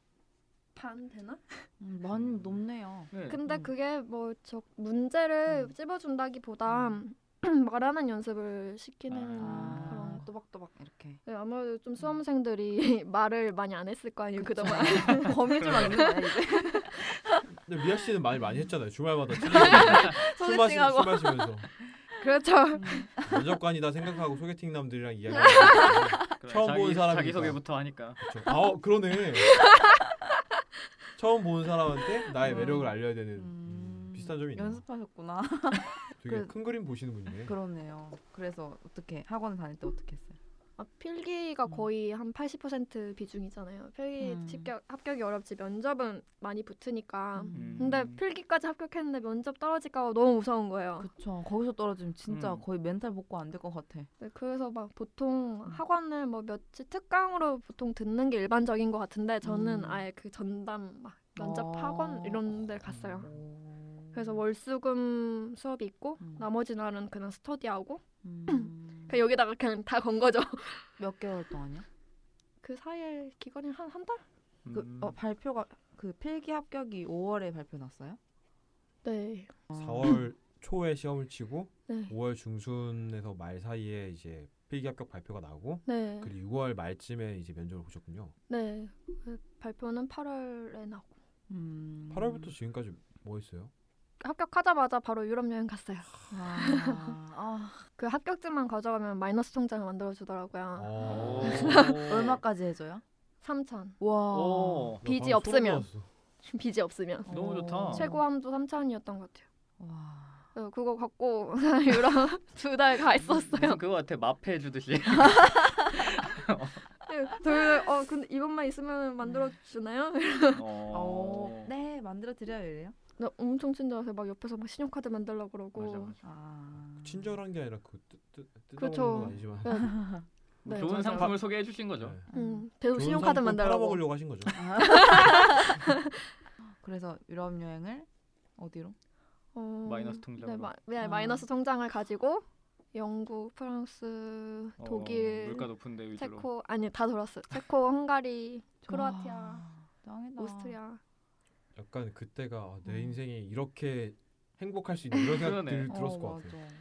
Speaker 3: 반 되나?
Speaker 1: 음, 많이 높네요.
Speaker 4: 네.
Speaker 3: 근데
Speaker 1: 음.
Speaker 3: 그게 뭐 저 문제를
Speaker 1: 음.
Speaker 3: 찝어준다기보다 말하는 연습을 시키는
Speaker 4: 아.
Speaker 3: 그런 거.
Speaker 1: 또박또박 이렇게.
Speaker 3: 네, 아무래도
Speaker 1: 음.
Speaker 3: 좀 수험생들이 말을 많이 안 했을 거 아니에요 그동안.
Speaker 1: 범위 좀 맞는 거야 이제.
Speaker 2: 근데 미아 씨는 말 많이 했잖아요. 주말마다 찔리면서. 술 마시- 술 마시면서
Speaker 3: 그렇죠.
Speaker 1: 음.
Speaker 2: 면접관이다 생각하고 소개팅 남들이랑 이야기하고
Speaker 4: 그래,
Speaker 2: 처음
Speaker 4: 자기-
Speaker 2: 본 사람이니까.
Speaker 4: 자기 소개부터 하니까
Speaker 2: 그렇죠. 아 어, 그러네. 처음 본 사람한테 나의
Speaker 1: 음.
Speaker 2: 매력을 알려야 되는
Speaker 1: 음,
Speaker 2: 그, 비슷한 점이 있네요.
Speaker 1: 연습하셨구나.
Speaker 2: 되게
Speaker 1: 그래-
Speaker 2: 큰 그림 보시는 분이네.
Speaker 1: 그러네요. 그래서 어떻게 학원 다닐 때 어떻게 했어요?
Speaker 3: 아, 필기가
Speaker 1: 음.
Speaker 3: 거의 한 80% 비중이잖아요. 필기
Speaker 1: 음.
Speaker 3: 합격, 합격이 어렵지 면접은 많이 붙으니까.
Speaker 1: 음.
Speaker 3: 근데 필기까지 합격했는데 면접 떨어질까 봐 너무 무서운 거예요.
Speaker 1: 그쵸. 거기서 떨어지면 진짜
Speaker 4: 음.
Speaker 1: 거의 멘탈 복구 안 될 것 같아.
Speaker 3: 네, 그래서 막 보통
Speaker 1: 음.
Speaker 3: 학원을 뭐 며칠 특강으로 보통 듣는 게 일반적인 것 같은데 저는
Speaker 1: 음.
Speaker 3: 아예 그 전담 막 면접
Speaker 1: 어.
Speaker 3: 학원 이런 데 갔어요.
Speaker 1: 오.
Speaker 3: 그래서 월수금 수업이 있고
Speaker 1: 음.
Speaker 3: 나머지 날은 그냥 스터디하고
Speaker 1: 음.
Speaker 3: 그냥 여기다가 그냥 다 건 거죠.
Speaker 1: 몇 개월 동안요?
Speaker 3: 그 사이에 기간이 한 한 달?
Speaker 1: 그
Speaker 4: 음.
Speaker 2: 음.
Speaker 1: 어, 발표가 그 필기 합격이 5월에 발표 났어요?
Speaker 3: 네.
Speaker 1: 어.
Speaker 2: 4월 초에 시험을 치고
Speaker 3: 네.
Speaker 2: 5월 중순에서 말 사이에 이제 필기 합격 발표가 나고
Speaker 3: 네.
Speaker 2: 그리고 6월 말쯤에 이제 면접을 보셨군요.
Speaker 3: 네. 그 발표는 8월에 나고
Speaker 1: 음.
Speaker 2: 8월부터 지금까지 뭐 했어요?
Speaker 3: 합격하자마자 바로 유럽 여행 갔어요.
Speaker 1: 아, 아,
Speaker 3: 그 합격증만 가져가면 마이너스 통장을 만들어 주더라고요.
Speaker 4: 아.
Speaker 2: 어.
Speaker 1: 얼마까지 해줘요?
Speaker 3: 3천.
Speaker 1: 와.
Speaker 4: 오.
Speaker 3: 빚이
Speaker 2: 나 방금 소름
Speaker 3: 없으면.
Speaker 2: 돋았어.
Speaker 3: 빚이 없으면.
Speaker 4: 너무 좋다.
Speaker 1: 어.
Speaker 3: 최고 함도 3천이었던 것 같아요. 어,
Speaker 1: 와.
Speaker 3: 그래서 그거 갖고 유럽 두 달 가 있었어요.
Speaker 4: 무슨 그거 같아 마패 주듯이
Speaker 3: 둘, 어 근데 이것만 있으면 만들어 주나요?
Speaker 1: 어.
Speaker 4: 어.
Speaker 1: 네, 만들어 드려요, 이래요.
Speaker 3: 네. 나 엄청 친절해서 막 옆에서 막 신용카드 만들라 그러고.
Speaker 4: 맞아, 맞아.
Speaker 1: 아.
Speaker 2: 친절한 게 아니라 그
Speaker 3: 그렇죠.
Speaker 2: 뜯어먹는 건 아니지만
Speaker 3: 네,
Speaker 4: 뭐
Speaker 3: 네,
Speaker 4: 좋은
Speaker 3: 맞아요.
Speaker 4: 상품을 소개해 주신 거죠.
Speaker 2: 네.
Speaker 3: 음, 계속
Speaker 2: 좋은
Speaker 3: 신용카드
Speaker 2: 상품
Speaker 3: 만들라고.
Speaker 2: 팔아먹으려고 하신 거죠.
Speaker 1: 아. 그래서 유럽 여행을 어디로?
Speaker 3: 어,
Speaker 4: 마이너스 통장으로.
Speaker 3: 네, 마, 네
Speaker 1: 아.
Speaker 3: 마이너스 통장을 가지고 영국, 프랑스,
Speaker 4: 어,
Speaker 3: 독일,
Speaker 4: 물가 높은 데 위주로
Speaker 3: 체코 아니 다 돌았어요. 체코, 헝가리, 크로아티아,
Speaker 1: 와, 짱이다.
Speaker 3: 오스트리아.
Speaker 2: 약간 그때가 아,
Speaker 1: 음.
Speaker 2: 내 인생이 이렇게 행복할 수 있는 이런 생각
Speaker 4: 그러네.
Speaker 2: 들, 들었을
Speaker 1: 어,
Speaker 2: 것 같아요.
Speaker 1: 맞아.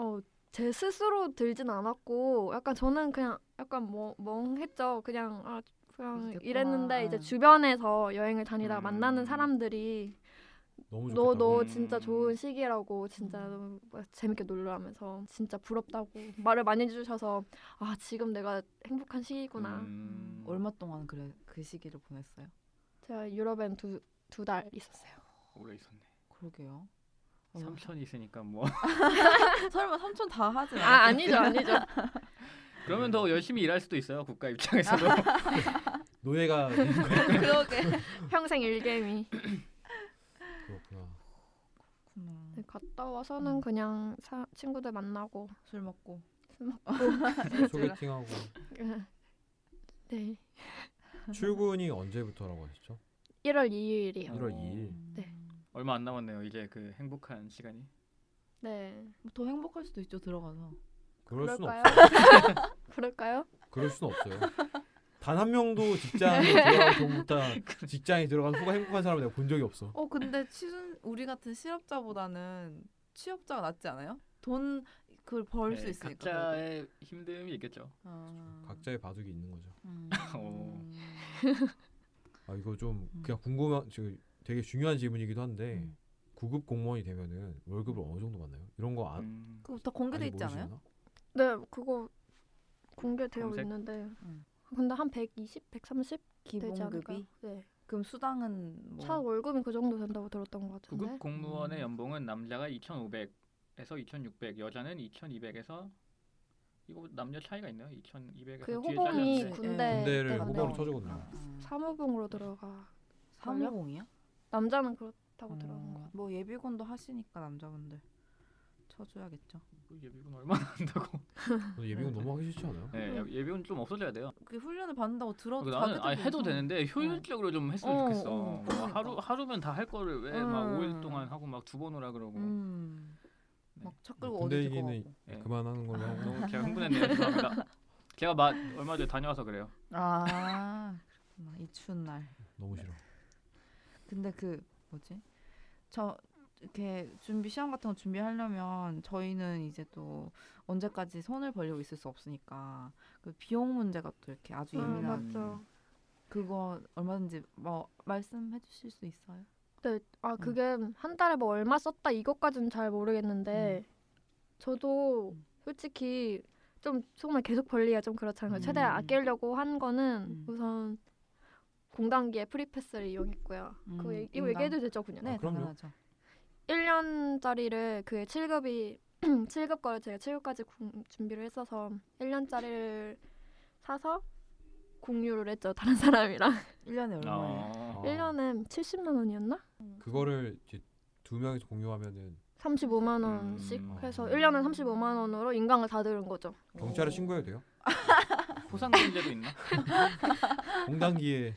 Speaker 3: 어, 제 스스로 들진 않았고 약간 저는 그냥 약간 뭐, 멍했죠. 그냥 아 그냥
Speaker 1: 됐구나.
Speaker 3: 이랬는데 이제
Speaker 1: 응.
Speaker 3: 주변에서 여행을 다니다가
Speaker 4: 음.
Speaker 3: 만나는 사람들이
Speaker 2: 너무
Speaker 3: 너 너
Speaker 2: 좋겠다.
Speaker 3: 진짜
Speaker 4: 음.
Speaker 3: 좋은 시기라고 진짜 너무 막 재밌게 놀라면서 진짜 부럽다고 말을 많이 해주셔서 아 지금 내가 행복한 시기구나.
Speaker 4: 음.
Speaker 1: 얼마 동안 그래 그 시기를 보냈어요?
Speaker 3: 제가 유럽엔 두 두 달 있었어요.
Speaker 4: 오래 있었네.
Speaker 1: 그러게요. 어,
Speaker 4: 삼천이 있으니까 뭐
Speaker 1: 설마 삼촌 다 하진
Speaker 3: 아
Speaker 1: 않았겠지?
Speaker 3: 아니죠 아니죠.
Speaker 4: 그러면 더 열심히 일할 수도 있어요. 국가 입장에서도
Speaker 2: 노예가 되는 거
Speaker 1: 그러게.
Speaker 3: 평생 일개미.
Speaker 2: 그렇구나.
Speaker 1: 그렇구나.
Speaker 3: 네, 갔다 와서는
Speaker 1: 음.
Speaker 3: 그냥 사, 친구들 만나고
Speaker 1: 술 먹고.
Speaker 3: 술 먹고.
Speaker 2: 소개팅하고
Speaker 3: 네.
Speaker 2: 출근이 언제부터라고 하셨죠?
Speaker 3: 1월 2일이요.
Speaker 1: 어.
Speaker 2: 1월 2일.
Speaker 1: 음.
Speaker 3: 네.
Speaker 1: 뭐
Speaker 4: 얼마 안 남았네요. 이제 그 행복한 시간이.
Speaker 3: 네.
Speaker 1: 더 행복할 수도 있죠 들어가서.
Speaker 2: 그럴 수는 없,
Speaker 3: 그럴까요?
Speaker 2: 그럴 수는 없어요. 단 한 명도
Speaker 1: 네.
Speaker 2: 직장에 들어가서 돈부터
Speaker 4: 그렇죠.
Speaker 2: 직장에 들어가서 후가 행복한 사람을 내가 본 적이 없어.
Speaker 1: 어 근데 취준 우리 같은 실업자보다는 취업자가 낫지 않아요? 돈 그걸 벌 수
Speaker 4: 네,
Speaker 1: 있으니까. 그래도.
Speaker 4: 각자의 힘듦이 있겠죠.
Speaker 1: 아,
Speaker 2: 각자의 바둑이 있는 거죠.
Speaker 1: 음.
Speaker 2: 어. 아 이거 좀 그냥 궁금한 지금 되게 중요한 질문이기도 한데
Speaker 1: 음.
Speaker 2: 구급 공무원이 되면은 월급을 어느 정도 받나요? 이런 거 안,
Speaker 4: 음.
Speaker 1: 그거 다 공개돼
Speaker 2: 아직
Speaker 1: 있지 않아요?
Speaker 2: 모르시려나?
Speaker 3: 네, 그거 공개되어
Speaker 4: 검색?
Speaker 3: 있는데.
Speaker 1: 음.
Speaker 3: 근데 한 120, 130 되지 않을까요?
Speaker 1: 기본급이.
Speaker 3: 네.
Speaker 1: 그럼 수당은 뭐.
Speaker 3: 차 월급이 그 정도 된다고 들었던 것 같은데.
Speaker 4: 구급 공무원의
Speaker 1: 음.
Speaker 4: 연봉은 남자가 2,500에서 2,600, 여자는 2,200에서 이거 남녀 차이가 있나요? 2,200에서
Speaker 3: 그
Speaker 4: 뒤에
Speaker 3: 호봉이
Speaker 4: 잘렸는데.
Speaker 3: 군대
Speaker 2: 군대를
Speaker 3: 때문에
Speaker 2: 호봉으로 쳐주거든요.
Speaker 3: 사무봉으로 들어가.
Speaker 1: 어. 사무공이요?
Speaker 3: 남자는 그렇다고 들어본 것 같아요.
Speaker 1: 뭐 예비군도 하시니까 남자분들 쳐줘야겠죠.
Speaker 4: 그 예비군 얼마나 한다고?
Speaker 1: 음.
Speaker 2: 근데 예비군 너무 하기 싫지 않아요?
Speaker 4: 네,
Speaker 3: 음.
Speaker 4: 예비군 좀 없어져야 돼요.
Speaker 1: 그 훈련을 뭐 받는다고 들어.
Speaker 4: 그리고 나는 아
Speaker 1: 자기들도
Speaker 4: 해도
Speaker 1: 이상-
Speaker 4: 되는데 효율적으로 좀 했으면
Speaker 1: 어,
Speaker 4: 좋겠어.
Speaker 1: 어,
Speaker 4: 뭐
Speaker 1: 그러니까.
Speaker 4: 하루 하루면 다 할 거를 왜 막
Speaker 1: 음.
Speaker 4: 5일 동안 하고 막 두 번 오라 그러고.
Speaker 1: 음.
Speaker 4: 네.
Speaker 1: 막차 끌고
Speaker 2: 군대
Speaker 1: 어디
Speaker 2: 얘기는
Speaker 1: 가고.
Speaker 4: 네.
Speaker 2: 그만하는 걸로
Speaker 4: 아,
Speaker 2: 하고
Speaker 4: 너무 제가 흥분했네요. 죄송합니다. 제가 막 얼마 전에 다녀와서 그래요.
Speaker 1: 아 그렇구나 이 추운 날.
Speaker 2: 너무 싫어.
Speaker 1: 근데 그 뭐지? 저 이렇게 준비 시험 같은 거 준비하려면 저희는 이제 또 언제까지 손을 벌리고 있을 수 없으니까 그 비용 문제가 또 이렇게 아주
Speaker 3: 아,
Speaker 1: 예민한
Speaker 3: 맞죠.
Speaker 1: 그거 얼마든지 뭐 말씀해 주실 수 있어요? 음.
Speaker 3: 네, 아 그게 한 달에 뭐 얼마 썼다 이것까지는 잘 모르겠는데 저도 솔직히 좀 정말 계속 벌리야 좀 그렇잖아요. 최대한
Speaker 1: 음.
Speaker 3: 아끼려고 한 거는
Speaker 1: 음.
Speaker 3: 우선 공단기에 프리패스를 이용했고요.
Speaker 1: 음,
Speaker 3: 그거 얘기, 이거
Speaker 1: 공단.
Speaker 3: 얘기해도 되죠, 그냥.
Speaker 1: 네,
Speaker 2: 아, 그럼요.
Speaker 1: 당연하죠.
Speaker 3: 1년짜리를 그 7급이 7급 거를 제가 7급까지 준비를 했어서 1년짜리를 사서 공유를 했죠 다른 사람이랑
Speaker 1: 1년에
Speaker 2: 아, 음.
Speaker 1: 얼마예요?
Speaker 4: 어.
Speaker 3: 1년에 70만 원이었나?
Speaker 2: 그거를 이제 두 명이서 공유하면은
Speaker 3: 35만 원씩
Speaker 1: 아.
Speaker 4: 음.
Speaker 3: 해서 1년에 35만 원으로 인강을 다 들은 거죠
Speaker 2: 경찰에
Speaker 1: 오.
Speaker 2: 신고해야 돼요. 아.
Speaker 4: 포상 문제도 있나?
Speaker 2: 공단기에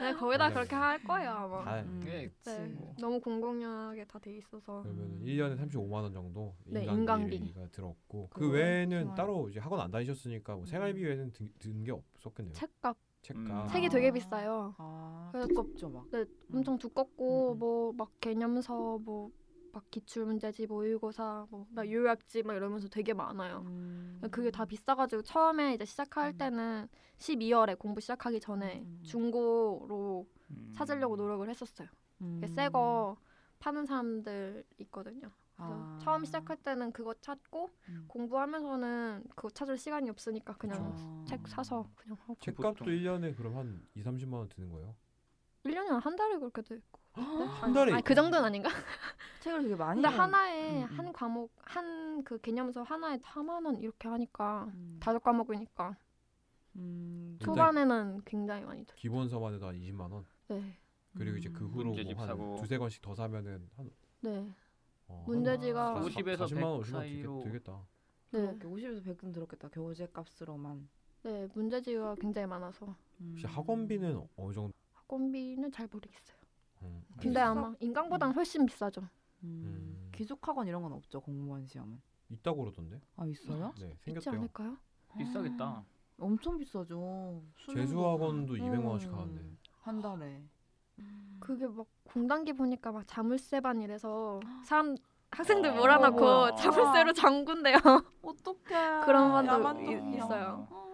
Speaker 3: 네, 거기다
Speaker 2: 맞아요.
Speaker 3: 그렇게 할 거예요 아마
Speaker 2: 다
Speaker 1: 음,
Speaker 4: 예.
Speaker 1: 그치.
Speaker 3: 네, 너무 공공연하게 다 돼 있어서
Speaker 2: 그러면
Speaker 1: 음.
Speaker 2: 1년에 35만 원 정도
Speaker 3: 아. 네,
Speaker 2: 인간비가 들었고 그
Speaker 1: 그거
Speaker 2: 외에는
Speaker 1: 생활-
Speaker 2: 따로 이제 학원 안 다니셨으니까 뭐 생활비 외에는 든게 없었겠네요.
Speaker 3: 음. 책값
Speaker 2: 책가
Speaker 6: 음.
Speaker 3: 책이
Speaker 1: 아.
Speaker 3: 되게 비싸요
Speaker 1: 아,
Speaker 3: 그래서
Speaker 1: 두껍죠 막.
Speaker 3: 네,
Speaker 1: 음.
Speaker 3: 엄청 두껍고
Speaker 1: 음.
Speaker 3: 뭐 막 개념서 뭐 막 기출문제집 모의고사 뭐막 요약집 막 이러면서 되게 많아요
Speaker 1: 음.
Speaker 3: 그게 다 비싸가지고 처음에 이제 시작할
Speaker 1: 음.
Speaker 3: 때는 12월에 공부 시작하기 전에
Speaker 1: 음, 음, 음.
Speaker 3: 중고로
Speaker 4: 음.
Speaker 3: 찾으려고
Speaker 2: 아,
Speaker 3: 노력을 했었어요.
Speaker 1: 음.
Speaker 3: 새거 파는 사람들 있거든요. 그래서
Speaker 1: 아.
Speaker 3: 처음 시작할 때는 그거 찾고
Speaker 1: 음.
Speaker 3: 공부하면서는 그거 찾을 시간이 없으니까 그냥
Speaker 1: 그쵸.
Speaker 3: 책 사서 그냥 하고
Speaker 2: 책값도
Speaker 4: 보통.
Speaker 2: 1년에 그럼 한 2, 30만 원 드는 거예요.
Speaker 3: 1년에 한 달에 그렇게 돼 있고
Speaker 2: 한 달에
Speaker 3: 아니, 그 정도는 아닌가?
Speaker 1: 책을 되게 많이.
Speaker 3: 근데
Speaker 1: 읽는- 음,
Speaker 3: 하나에
Speaker 1: 음.
Speaker 3: 한 과목 한 그 개념서 하나에 4만 원 이렇게 하니까
Speaker 1: 음.
Speaker 3: 다섯 과목이니까
Speaker 1: 음.
Speaker 2: 굉장히-
Speaker 3: 초반에는 굉장히 많이 들어요.
Speaker 2: 기본서만 해도 한 20만 원.
Speaker 3: 네.
Speaker 2: 그리고 이제 그 후로
Speaker 4: 문제집 사고.
Speaker 2: 뭐한 두세 권씩 더 사면은 한
Speaker 3: 네.
Speaker 2: 어, 한
Speaker 3: 문제지가
Speaker 4: 50 에서
Speaker 2: 40만 원,
Speaker 4: 100
Speaker 2: 50만
Speaker 4: 사이로.
Speaker 2: 원 되겠, 다
Speaker 3: 네.
Speaker 1: 50에서 100은 들었겠다. 교재 값으로만.
Speaker 3: 네, 문제지가 굉장히 많아서
Speaker 2: 혹시 학원비는 어느 정도?
Speaker 3: 학원비는 잘 모르겠어요.
Speaker 2: 음,
Speaker 3: 근데
Speaker 2: 알겠습니다.
Speaker 3: 아마 인강보단 훨씬 비싸죠.
Speaker 2: 음.
Speaker 1: 기숙학원 이런 건 없죠 공무원 시험은.
Speaker 2: 있다고 그러던데.
Speaker 1: 아 있어요?
Speaker 2: 네,
Speaker 3: 있지
Speaker 2: 생겼대요.
Speaker 3: 않을까요?
Speaker 4: 비싸겠다.
Speaker 3: 음.
Speaker 1: 엄청 비싸죠. 수능도.
Speaker 2: 재수학원도 200만 원씩 하는데.
Speaker 1: 음, 한 달에. 음.
Speaker 3: 그게 막 공단기 보니까 막 자물쇠반 이래서 사람 학생들
Speaker 4: 어.
Speaker 3: 몰아넣고
Speaker 1: 우와.
Speaker 3: 자물쇠로 잠군대요.
Speaker 1: 어떡해.
Speaker 3: 그런 반도
Speaker 1: 야만도
Speaker 3: 이-
Speaker 1: 그냥.
Speaker 3: 있어요.
Speaker 1: 어.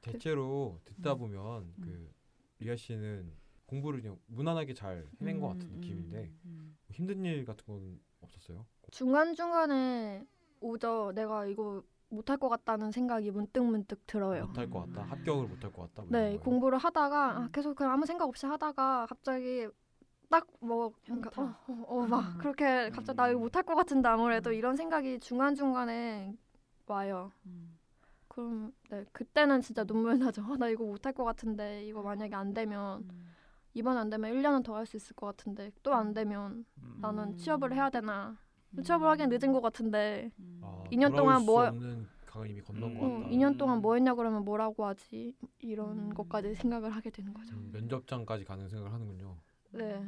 Speaker 2: 대체로 듣다
Speaker 3: 네.
Speaker 1: 음.
Speaker 2: 보면
Speaker 1: 음.
Speaker 2: 그 리아 씨는 공부를 그냥 무난하게 잘 해낸 것 같은
Speaker 1: 음, 음,
Speaker 2: 느낌인데 뭐
Speaker 1: 음.
Speaker 2: 힘든 일 같은 건 없었어요?
Speaker 3: 중간 중간에 오죠. 내가 이거 못할 것 같다는 생각이 문득 문득 들어요.
Speaker 2: 못할 것 같다, 합격을 못할 것 같다. 뭐
Speaker 3: 네,
Speaker 2: 이런 거예요?
Speaker 3: 공부를 하다가 아,
Speaker 1: 음.
Speaker 3: 계속 그냥 아무 생각 없이 하다가 갑자기 딱 뭐
Speaker 1: 현타.
Speaker 3: 어, 어, 어, 막
Speaker 2: 음.
Speaker 3: 그렇게 갑자기 나 이거
Speaker 4: 음.
Speaker 3: 못할 것 같은데 아무래도
Speaker 1: 음.
Speaker 3: 이런 생각이 중간 중간에 와요.
Speaker 1: 음.
Speaker 3: 그럼 네 그때는 진짜 눈물 나죠. 아, 나 이거 못할 것 같은데 이거 만약에 안 되면
Speaker 1: 음.
Speaker 3: 이번 안 되면 1년은 더 할 수 있을 것 같은데 또 안 되면
Speaker 4: 음.
Speaker 3: 나는
Speaker 1: 음.
Speaker 3: 취업을 해야 되나? 취업을 하기엔 늦은 것 같은데
Speaker 1: 음.
Speaker 2: 아,
Speaker 3: 이년
Speaker 2: 돌아올
Speaker 3: 동안
Speaker 2: 수
Speaker 3: 뭐-
Speaker 2: 없는 강을 이미 건넌
Speaker 4: 음.
Speaker 2: 것 같다.
Speaker 3: 응, 2년 동안 뭐 했냐 그러면 뭐라고 하지
Speaker 1: 음.
Speaker 3: 이런 것까지 생각을 하게 되는 거죠.
Speaker 2: 음, 면접장까지 가는 생각을 하는군요.
Speaker 3: 네,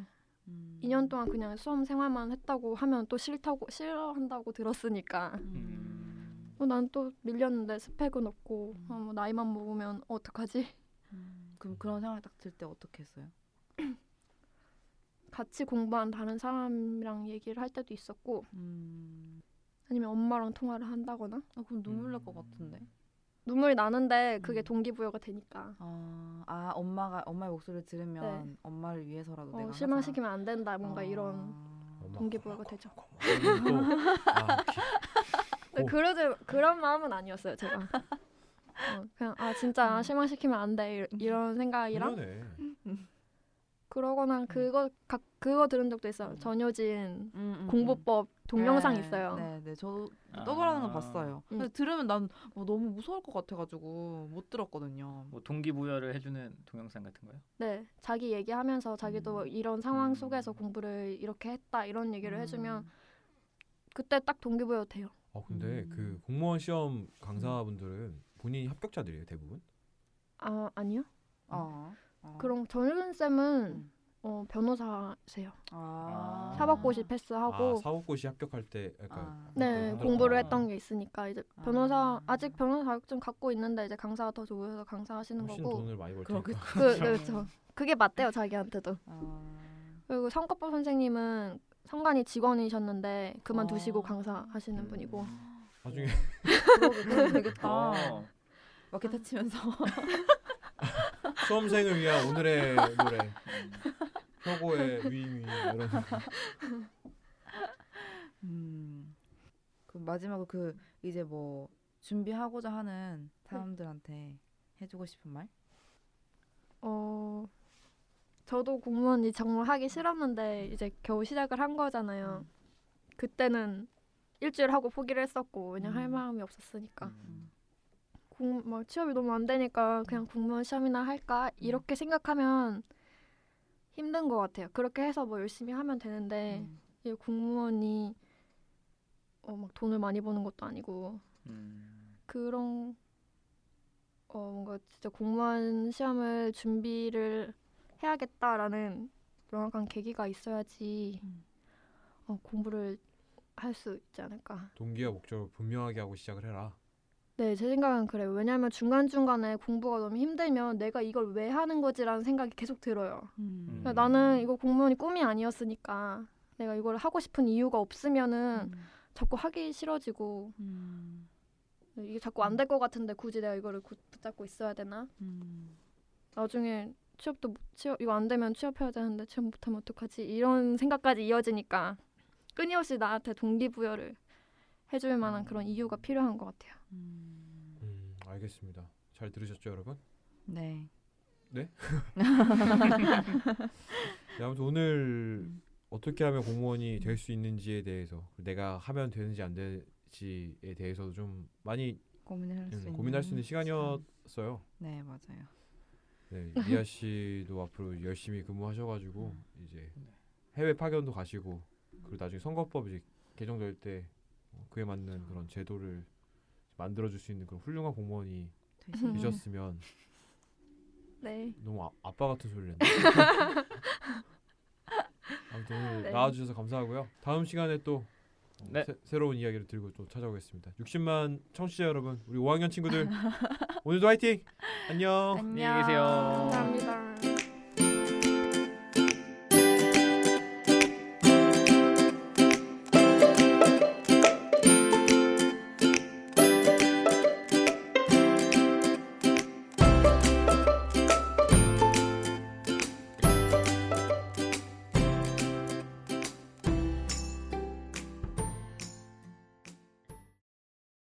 Speaker 1: 음.
Speaker 3: 2년 동안 그냥 수험 생활만 했다고 하면 또 싫다고 싫어한다고 들었으니까 어,
Speaker 1: 음.
Speaker 3: 난 또 밀렸는데 스펙은 없고 아, 뭐 나이만 먹으면 어떡하지?
Speaker 1: 음. 그럼 그런 상황 딱 들 때 어떻게 했어요?
Speaker 3: 같이 공부한 다른 사람이랑 얘기를 할 때도 있었고
Speaker 1: 음.
Speaker 3: 아니면 엄마랑 통화를 한다거나
Speaker 1: 아, 그럼
Speaker 2: 음.
Speaker 1: 눈물 날 것 같은데.
Speaker 3: 눈물이 나는데 그게
Speaker 1: 음.
Speaker 3: 동기부여가 되니까
Speaker 1: 아, 아 엄마가 엄마의 목소리를 들으면 엄마를 위해서라도
Speaker 3: 네. 어,
Speaker 1: 내가 아.
Speaker 3: 실망시키면 안 된다 뭔가 이런
Speaker 2: 엄마,
Speaker 3: 동기부여가
Speaker 2: 고마워,
Speaker 3: 되죠.
Speaker 2: 고마워. 그리고 또, 아, 기-
Speaker 3: 근데
Speaker 2: 오.
Speaker 3: 그러지 그런 마음은 아니었어요 제가. 어, 그냥 아 진짜
Speaker 1: 음.
Speaker 3: 실망시키면 안 돼 이런 생각이랑
Speaker 2: 그러네.
Speaker 3: 그러거나 그거 각 그거 들은 적도 있어요. 전효진
Speaker 1: 음, 음, 음.
Speaker 3: 공부법 동영상
Speaker 1: 네,
Speaker 3: 있어요.
Speaker 1: 네, 네, 저
Speaker 4: 아.
Speaker 1: 떠돌아가는 거 봤어요.
Speaker 3: 음.
Speaker 1: 근데 들으면 난 뭐 너무 무서울 것 같아가지고 못 들었거든요.
Speaker 4: 뭐 동기부여를 해주는 동영상 같은 거요?
Speaker 3: 네, 자기 얘기하면서 자기도
Speaker 1: 음.
Speaker 3: 이런 상황
Speaker 4: 음.
Speaker 3: 속에서 공부를 이렇게 했다 이런 얘기를 해주면
Speaker 1: 음.
Speaker 3: 그때 딱 동기부여 돼요.
Speaker 2: 아 근데
Speaker 1: 음.
Speaker 2: 그 공무원
Speaker 3: 음.
Speaker 2: 시험 강사분들은 본인이 합격자들이에요 대부분.
Speaker 3: 아 아니요.
Speaker 1: 어, 어.
Speaker 3: 그럼 전효진 쌤은
Speaker 1: 음.
Speaker 3: 어, 변호사세요.
Speaker 1: 아.
Speaker 4: 아.
Speaker 3: 사법고시
Speaker 2: 아
Speaker 3: 패스하고
Speaker 2: 사법고시 합격할 때 약간
Speaker 1: 아.
Speaker 3: 네,
Speaker 2: 어떤
Speaker 3: 공부를
Speaker 2: 그런-
Speaker 3: 했던 게 있으니까 이제
Speaker 1: 아.
Speaker 3: 변호사 아. 직 변호사 자격증 갖고 있는데 이제 강사가 더 좋으셔서 강사하시는
Speaker 2: 훨씬
Speaker 3: 거고
Speaker 2: 돈을 많이 벌
Speaker 1: 그렇게-
Speaker 2: 테니까.
Speaker 3: 그, 네, 그렇죠. 그게 맞대요 자기한테도.
Speaker 1: 아.
Speaker 3: 그리고 성과법 선생님은 성관이 직원이셨는데 그만두시고
Speaker 1: 어.
Speaker 3: 강사하시는
Speaker 4: 음.
Speaker 3: 분이고
Speaker 2: 나중에
Speaker 1: 그러게, 그러면 되겠다.
Speaker 3: 그러니까.
Speaker 4: 어.
Speaker 1: 마켓 다치면서.
Speaker 2: 수험생을 위한 오늘의 노래 음. 혁오의 위위 이런
Speaker 1: 음. 그 마지막으로 그 이제 뭐 준비하고자 하는 사람들한테 해주고 싶은 말?
Speaker 3: 어, 저도 공무원 이 정말 하기 싫었는데 이제 겨우 시작을 한 거잖아요.
Speaker 1: 음.
Speaker 3: 그때는 일주일 하고 포기를 했었고 그냥 할
Speaker 1: 음.
Speaker 3: 마음이 없었으니까
Speaker 1: 음.
Speaker 3: 공, 막뭐 취업이 너무 안 되니까 그냥 공무원 시험이나
Speaker 1: 음.
Speaker 3: 할까 이렇게 생각하면 힘든 것 같아요. 그렇게 해서 뭐 열심히 하면 되는데
Speaker 1: 음.
Speaker 3: 이 공무원이 어, 막 돈을 많이 버는 것도 아니고
Speaker 4: 음.
Speaker 3: 그런 어 뭔가 진짜 공무원 시험을 준비를 해야겠다라는 명확한 계기가 있어야지
Speaker 1: 음.
Speaker 3: 어, 공부를 할 수 있지 않을까.
Speaker 2: 동기와 목적을 분명하게 하고 시작을 해라.
Speaker 3: 네, 제 생각은 그래요. 왜냐하면 중간중간에 공부가 너무 힘들면 내가 이걸 왜 하는 거지라는 생각이 계속 들어요.
Speaker 1: 음.
Speaker 3: 그러니까 나는 이거 공무원이 꿈이 아니었으니까 내가 이걸 하고 싶은 이유가 없으면은 자꾸 하기 싫어지고
Speaker 1: 음.
Speaker 3: 이게 자꾸 안 될 것 같은데 굳이 내가 이거를 굳- 붙잡고 있어야 되나?
Speaker 1: 음.
Speaker 3: 나중에 취업도 못- 취업 이거 안 되면 취업해야 되는데 취업 못하면 어떡하지 이런 생각까지 이어지니까 끊임없이 나한테 동기부여를 해줄 만한 그런 이유가 필요한 것 같아요.
Speaker 1: 음.
Speaker 2: 음, 알겠습니다. 잘 들으셨죠, 여러분?
Speaker 1: 네.
Speaker 2: 네, 아무튼 오늘 어떻게 하면 공무원이 될 수 있는지에 대해서 내가 하면 되는지 안 되는지에 대해서도 좀 많이
Speaker 1: 고민을 할 수
Speaker 2: 음,
Speaker 1: 있는
Speaker 2: 고민할 수 있는
Speaker 1: 시간.
Speaker 2: 시간이었어요.
Speaker 1: 네, 맞아요.
Speaker 2: 네, 리아 씨도 앞으로 열심히 근무하셔가지고 이제 해외 파견도 가시고 그리고 나중에 선거법 이제 개정될 때 어, 그에 맞는 그런 제도를 만들어줄 수 있는 그런 훌륭한 공무원이
Speaker 3: 음.
Speaker 1: 되시길.
Speaker 2: 되셨으면
Speaker 3: 네.
Speaker 2: 너무 아, 아빠 같은 소리를 했네. 아무튼 오늘
Speaker 3: 네.
Speaker 2: 나와주셔서 감사하고요. 다음 시간에 또 어,
Speaker 4: 네.
Speaker 2: 새, 로운 이야기를 들고 또 찾아오겠습니다. 60만 청취자 여러분, 우리 5학년 친구들 오늘도 화이팅! 안녕.
Speaker 4: 안녕히 계세요.
Speaker 3: 감사합니다.